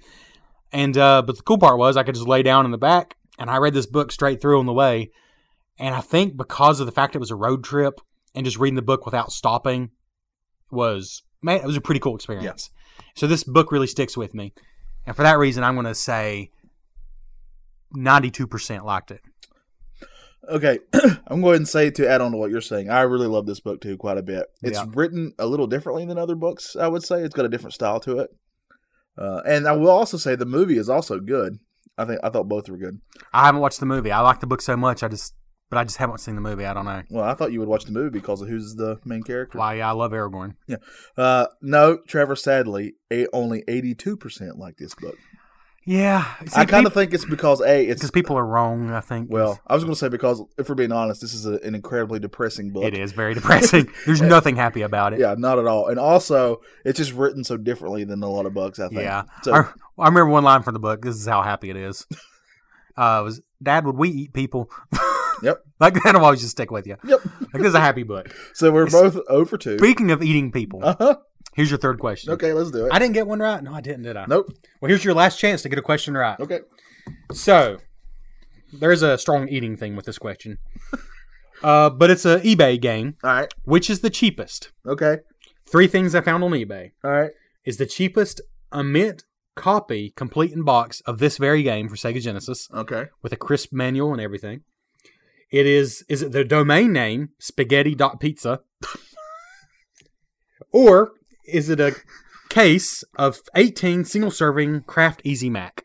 [SPEAKER 3] And uh, but the cool part was I could just lay down in the back, and I read this book straight through on the way. And I think because of the fact it was a road trip and just reading the book without stopping was man, it was a pretty cool experience. So this book really sticks with me, and for that reason, I'm going to say ninety-two percent liked it.
[SPEAKER 2] Okay, I'm going to say to add on to what you're saying. I really love this book too, quite a bit. It's
[SPEAKER 3] Yeah.
[SPEAKER 2] written a little differently than other books. I would say it's got a different style to it, uh, and I will also say the movie is also good. I think I thought both were good.
[SPEAKER 3] I haven't watched the movie. I like the book so much, I just but I just haven't seen the movie. I don't know
[SPEAKER 2] Well, I thought you would watch the movie because of who's the main character.
[SPEAKER 3] why. I love Aragorn.
[SPEAKER 2] Uh, no, Trevor. Sadly, a, only 82 percent like this book.
[SPEAKER 3] Yeah,
[SPEAKER 2] I kind of think it's because a it's
[SPEAKER 3] because people are wrong. I think
[SPEAKER 2] well. I was going to say because if we're being honest, this is a, an incredibly depressing book.
[SPEAKER 3] it is very depressing. There's nothing happy about it.
[SPEAKER 2] Yeah, not at all. And also, it's just written so differently than a lot of books. I think.
[SPEAKER 3] Yeah.
[SPEAKER 2] So,
[SPEAKER 3] I, I remember one line from the book. This is how happy it is. Uh, it was Dad? Would we eat people?
[SPEAKER 2] Yep.
[SPEAKER 3] like that'll always just stick with you.
[SPEAKER 2] Yep.
[SPEAKER 3] Like this is a happy book.
[SPEAKER 2] So we're
[SPEAKER 3] It's-
[SPEAKER 2] both over two.
[SPEAKER 3] Speaking of eating people,
[SPEAKER 2] Uh-huh.
[SPEAKER 3] here's your third question.
[SPEAKER 2] Okay, let's do it.
[SPEAKER 3] I didn't get one right. No, I didn't, did I?
[SPEAKER 2] nope.
[SPEAKER 3] Well, here's your last chance to get a question right.
[SPEAKER 2] Okay.
[SPEAKER 3] So, there's a strong eating thing with this question. uh, but it's a eBay game.
[SPEAKER 2] All right.
[SPEAKER 3] Which is the cheapest?
[SPEAKER 2] Okay.
[SPEAKER 3] Three things I found on eBay
[SPEAKER 2] All right.
[SPEAKER 3] is the cheapest a mint copy, complete in box of this very game for Sega Genesis
[SPEAKER 2] Okay.
[SPEAKER 3] with a crisp manual and everything. It is is it the domain name spaghetti.pizza? or is it a case of 18 single serving craft easy mac?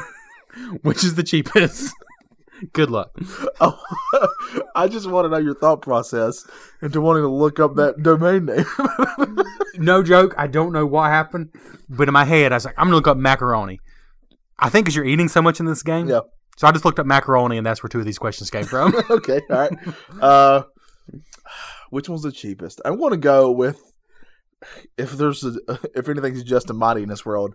[SPEAKER 3] Which is the cheapest? Good luck.
[SPEAKER 2] Oh, I just want to know your thought process into wanting to look up that domain name.
[SPEAKER 3] No joke, I don't know what happened, but in my head I was like I'm going to look up macaroni. I think cuz you're eating so much in this game.
[SPEAKER 2] yeah.
[SPEAKER 3] So I just looked up macaroni and that's where two of these questions came from.
[SPEAKER 2] Okay. All right. Uh, which one's the cheapest? I want to go with if there's a, if anything's just a mighty in this world,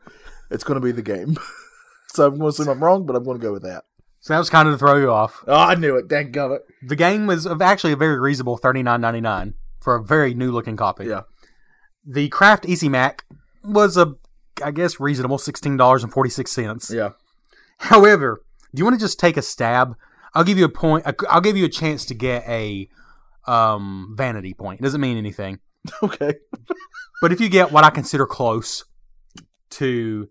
[SPEAKER 2] it's going to be the game. so I'm going to assume I'm wrong, but I'm going to go with that.
[SPEAKER 3] so that was kind of to throw you off.
[SPEAKER 2] Oh, I knew it. Dang it.
[SPEAKER 3] The game was of- actually a very reasonable thirty nine ninety nine for a very new looking copy.
[SPEAKER 2] Yeah.
[SPEAKER 3] The Craft Easy Mac was a I guess, reasonable $16.46.
[SPEAKER 2] Yeah.
[SPEAKER 3] However, do you want to just take a stab? I'll give you a point. I'll give you a chance to get a um, vanity point. It doesn't mean anything.
[SPEAKER 2] Okay.
[SPEAKER 3] But if you get what I consider close to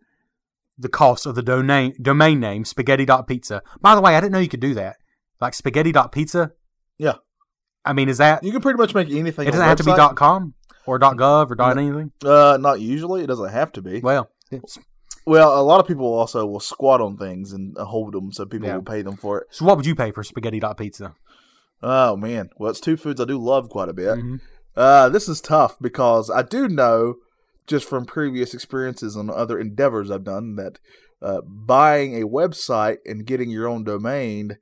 [SPEAKER 3] the cost of the domain domain name spaghetti.pizza. By the way, I didn't know you could do that. Like spaghetti.pizza?
[SPEAKER 2] Yeah.
[SPEAKER 3] I mean, is that
[SPEAKER 2] You can pretty much make anything.
[SPEAKER 3] it
[SPEAKER 2] on
[SPEAKER 3] doesn't
[SPEAKER 2] a
[SPEAKER 3] have to be
[SPEAKER 2] website.
[SPEAKER 3] dot .com or dot .gov or dot anything?
[SPEAKER 2] Uh, not usually. It doesn't have to be.
[SPEAKER 3] Well, it's-
[SPEAKER 2] Well, a lot of people also will squat on things and hold them, so people
[SPEAKER 3] Yeah.
[SPEAKER 2] will pay them for it.
[SPEAKER 3] so what would you pay for
[SPEAKER 2] Uh,
[SPEAKER 3] spaghetti.pizza?
[SPEAKER 2] Oh man, well, it's two foods I do love quite a bit.
[SPEAKER 3] Mhm.
[SPEAKER 2] Uh, this is tough because I do know just from previous experiences and other endeavors I've done that uh, buying a website and getting your own domain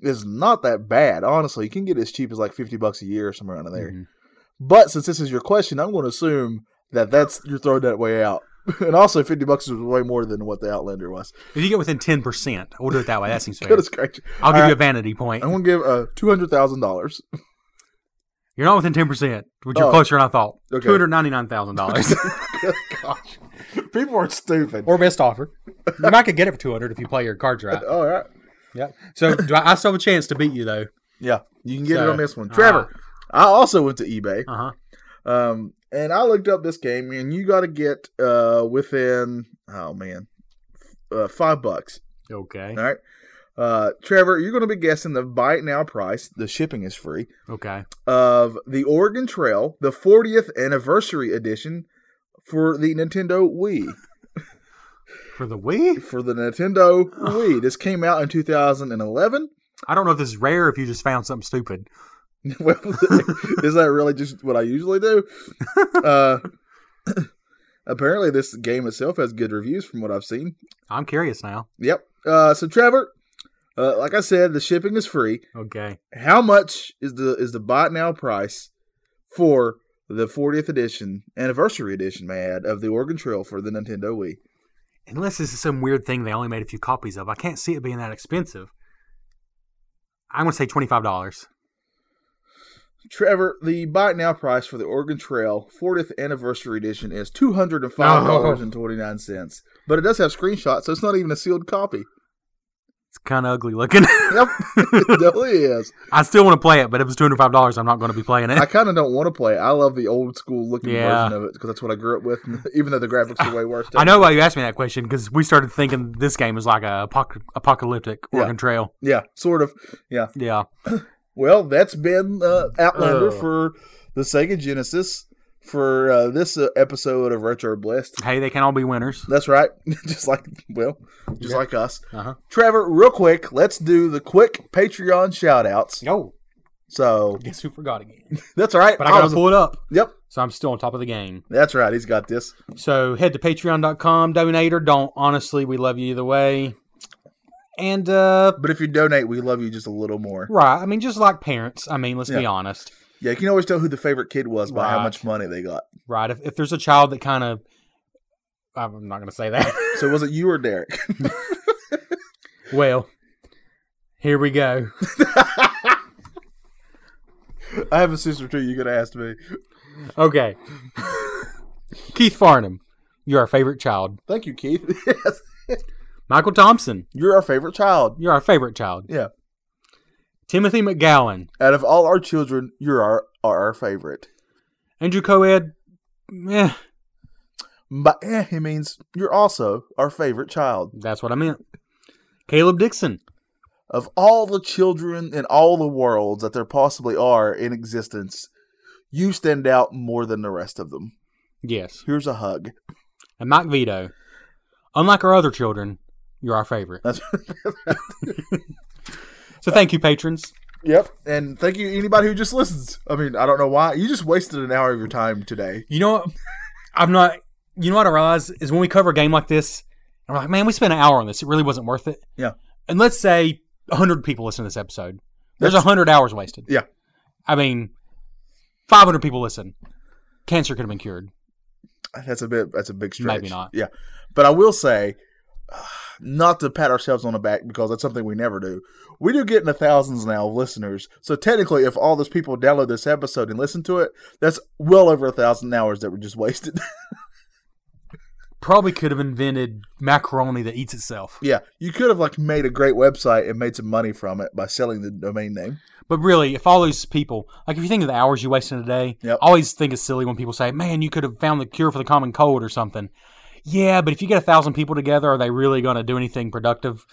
[SPEAKER 2] is not that bad. Honestly, you can get it as cheap as like fifty bucks a year or somewhere around there.
[SPEAKER 3] Mhm.
[SPEAKER 2] But since this is your question, I'm going to assume that that's you're throwing that way out. And also, fifty bucks is way more than what the Outlander was.
[SPEAKER 3] If you get within 10%, we'll do it that way. That seems fair.
[SPEAKER 2] Goodness Uh, gracious!
[SPEAKER 3] I'll
[SPEAKER 2] All
[SPEAKER 3] give you a
[SPEAKER 2] right.
[SPEAKER 3] vanity point.
[SPEAKER 2] I'm going to give uh, two hundred thousand dollars.
[SPEAKER 3] You're not within 10%, which you're
[SPEAKER 2] Oh.
[SPEAKER 3] closer than I thought.
[SPEAKER 2] Okay.
[SPEAKER 3] $299,000.
[SPEAKER 2] Gosh, people are stupid.
[SPEAKER 4] Or best offer. You might could get it for 200 if you play your cards right.
[SPEAKER 2] All right.
[SPEAKER 4] Yeah.
[SPEAKER 3] so do I, I still have a chance to beat you, though.
[SPEAKER 2] Yeah, you can get it
[SPEAKER 4] So-
[SPEAKER 2] on this one. Trevor, I also went to eBay,
[SPEAKER 3] Uh-huh.
[SPEAKER 2] um, and I looked up this game, and you got to get uh, within oh man, uh, five bucks.
[SPEAKER 3] Okay.
[SPEAKER 2] All right, uh, Trevor, you're going to be guessing the buy it now price. The shipping is free
[SPEAKER 3] Okay.
[SPEAKER 2] of the Oregon Trail, the 40th anniversary edition for the Nintendo Wii.
[SPEAKER 3] For the Wii?
[SPEAKER 2] For the Nintendo Wii, this came out in 2011.
[SPEAKER 3] I don't know if this is rare or if you just found something stupid.
[SPEAKER 2] well, is that really just what I usually do? Uh, apparently, this game itself has good reviews from what I've seen.
[SPEAKER 3] I'm curious now.
[SPEAKER 2] Yep. Uh, so, Trevor, uh, like I said, the shipping is free.
[SPEAKER 3] Okay.
[SPEAKER 2] How much is the is the buy it now price for the 40th edition, anniversary edition, may I add, of the Oregon Trail for the Nintendo Wii?
[SPEAKER 3] Unless this is some weird thing they only made a few copies of. I can't see it being that expensive. I'm going to say $25.
[SPEAKER 2] Trevor, the buy it now price for the Oregon Trail 40th anniversary edition is two hundred and five dollars and twenty nine cents. But it does have screenshots, so it's not even a sealed copy.
[SPEAKER 3] It's kind of ugly looking.
[SPEAKER 2] Yep, it definitely is.
[SPEAKER 3] I still want to play it, but if it's $205, I'm not going to be playing it.
[SPEAKER 2] I kind of don't want to play. it. I love the old school looking
[SPEAKER 3] Yeah.
[SPEAKER 2] version of it because that's what I grew up with. Even though the graphics are way worse.
[SPEAKER 3] I know why you asked me that question because we started thinking this game was like a apoc- apocalyptic
[SPEAKER 2] Yeah.
[SPEAKER 3] Oregon Trail.
[SPEAKER 2] Yeah, sort of. Yeah.
[SPEAKER 3] Yeah.
[SPEAKER 2] Well, that's been uh, Outlander
[SPEAKER 4] Oh.
[SPEAKER 2] for the Sega Genesis for uh, this uh, episode of Retro Blessed.
[SPEAKER 3] Hey, they can all be winners.
[SPEAKER 2] That's right. just like well, just like us.
[SPEAKER 4] Uh-huh.
[SPEAKER 2] Trevor, real quick, let's do the quick Patreon shout outs.
[SPEAKER 3] Oh,
[SPEAKER 4] Yo,
[SPEAKER 2] So
[SPEAKER 4] guess who forgot again?
[SPEAKER 2] that's all right.
[SPEAKER 3] But I got
[SPEAKER 2] was-
[SPEAKER 3] to pull it up.
[SPEAKER 2] Yep,
[SPEAKER 3] So I'm still on top of the game.
[SPEAKER 2] that's right. He's got this.
[SPEAKER 3] So head to patreon.com, donate or don't. Honestly, we love you either way. And, uh,
[SPEAKER 2] But if you donate, we love you just a little more.
[SPEAKER 3] right. I mean, just like parents. I mean, let's be
[SPEAKER 2] Yeah.
[SPEAKER 3] honest.
[SPEAKER 2] Yeah, you can always tell who the favorite kid was by how
[SPEAKER 3] Right.
[SPEAKER 2] much money they got.
[SPEAKER 3] Right. If, if there's a child that kind of, I'm not going to say that.
[SPEAKER 2] So was it you or Derek?
[SPEAKER 3] well, here we go.
[SPEAKER 2] I have a sister too. You could ask me.
[SPEAKER 3] Okay. Keith Farnham, you're our favorite child.
[SPEAKER 2] Thank you, Keith. yes,
[SPEAKER 3] Michael Thompson,
[SPEAKER 2] you're our favorite child.
[SPEAKER 3] you're our favorite child.
[SPEAKER 2] Yeah.
[SPEAKER 3] Timothy McGowan,
[SPEAKER 2] Out of all our children, you're our are our favorite.
[SPEAKER 3] Andrew Coed, eh,
[SPEAKER 2] But eh, he means you're also our favorite child.
[SPEAKER 3] that's what I meant. Caleb Dixon,
[SPEAKER 2] of all the children in all the worlds that there possibly are in existence, you stand out more than the rest of them.
[SPEAKER 3] yes.
[SPEAKER 2] Here's a hug.
[SPEAKER 3] And Mike Vito, unlike our other children, you're our favorite.
[SPEAKER 2] That's
[SPEAKER 3] So thank you, patrons.
[SPEAKER 2] yep. And thank you anybody who just listens. I mean, I don't know why you just wasted an hour of your time today.
[SPEAKER 3] You know what? I'm not. You know what I realize is when we cover a game like this, and we're like, man, we spent an hour on this. It really wasn't worth it.
[SPEAKER 2] Yeah.
[SPEAKER 3] And let's say 100 people listen to this episode. There's
[SPEAKER 2] That's-
[SPEAKER 3] 100 hours wasted.
[SPEAKER 2] Yeah.
[SPEAKER 3] I mean, 500 people listen. Cancer could have been cured.
[SPEAKER 2] That's a bit. That's a big stretch.
[SPEAKER 3] Maybe not.
[SPEAKER 2] Yeah, but I will say, not to pat ourselves on the back because that's something we never do. We do get in the thousands now of listeners. So technically, if all those people download this episode and listen to it, that's well over a thousand hours that were just wasted.
[SPEAKER 3] probably could have invented macaroni that eats itself.
[SPEAKER 2] Yeah, you could have like made a great website and made some money from it by selling the domain name.
[SPEAKER 3] But really, if all those people, like if you think of the hours you waste in a day,
[SPEAKER 2] Yep.
[SPEAKER 3] I always think it's silly when people say, man, you could have found the cure for the common cold or something. Yeah, but if you get a thousand people together, are they really going to do anything productive?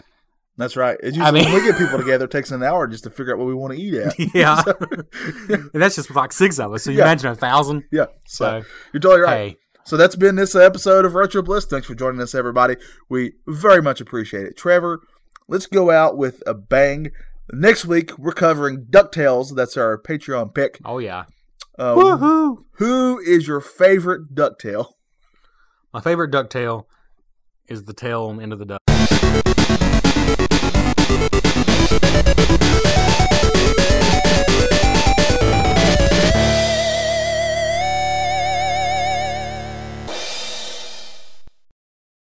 [SPEAKER 2] That's right. It's
[SPEAKER 3] I
[SPEAKER 2] usually
[SPEAKER 3] mean-
[SPEAKER 2] when we get people together, it takes an hour just to figure out what we want to eat at.
[SPEAKER 3] Yeah. and that's just like six of us. So you
[SPEAKER 2] Yeah.
[SPEAKER 3] imagine a thousand.
[SPEAKER 2] yeah. So,
[SPEAKER 3] So,
[SPEAKER 2] you're totally right.
[SPEAKER 3] Hey,
[SPEAKER 2] So that's been this episode of Retro Bliss. Thanks for joining us, everybody. We very much appreciate it. Trevor, let's go out with a bang. Next week, we're covering DuckTales. That's our Patreon pick.
[SPEAKER 3] oh yeah.
[SPEAKER 2] Um,
[SPEAKER 3] Woohoo!
[SPEAKER 2] Who is your favorite DuckTale?
[SPEAKER 3] My favorite duck tail is the tail on the end of the duck.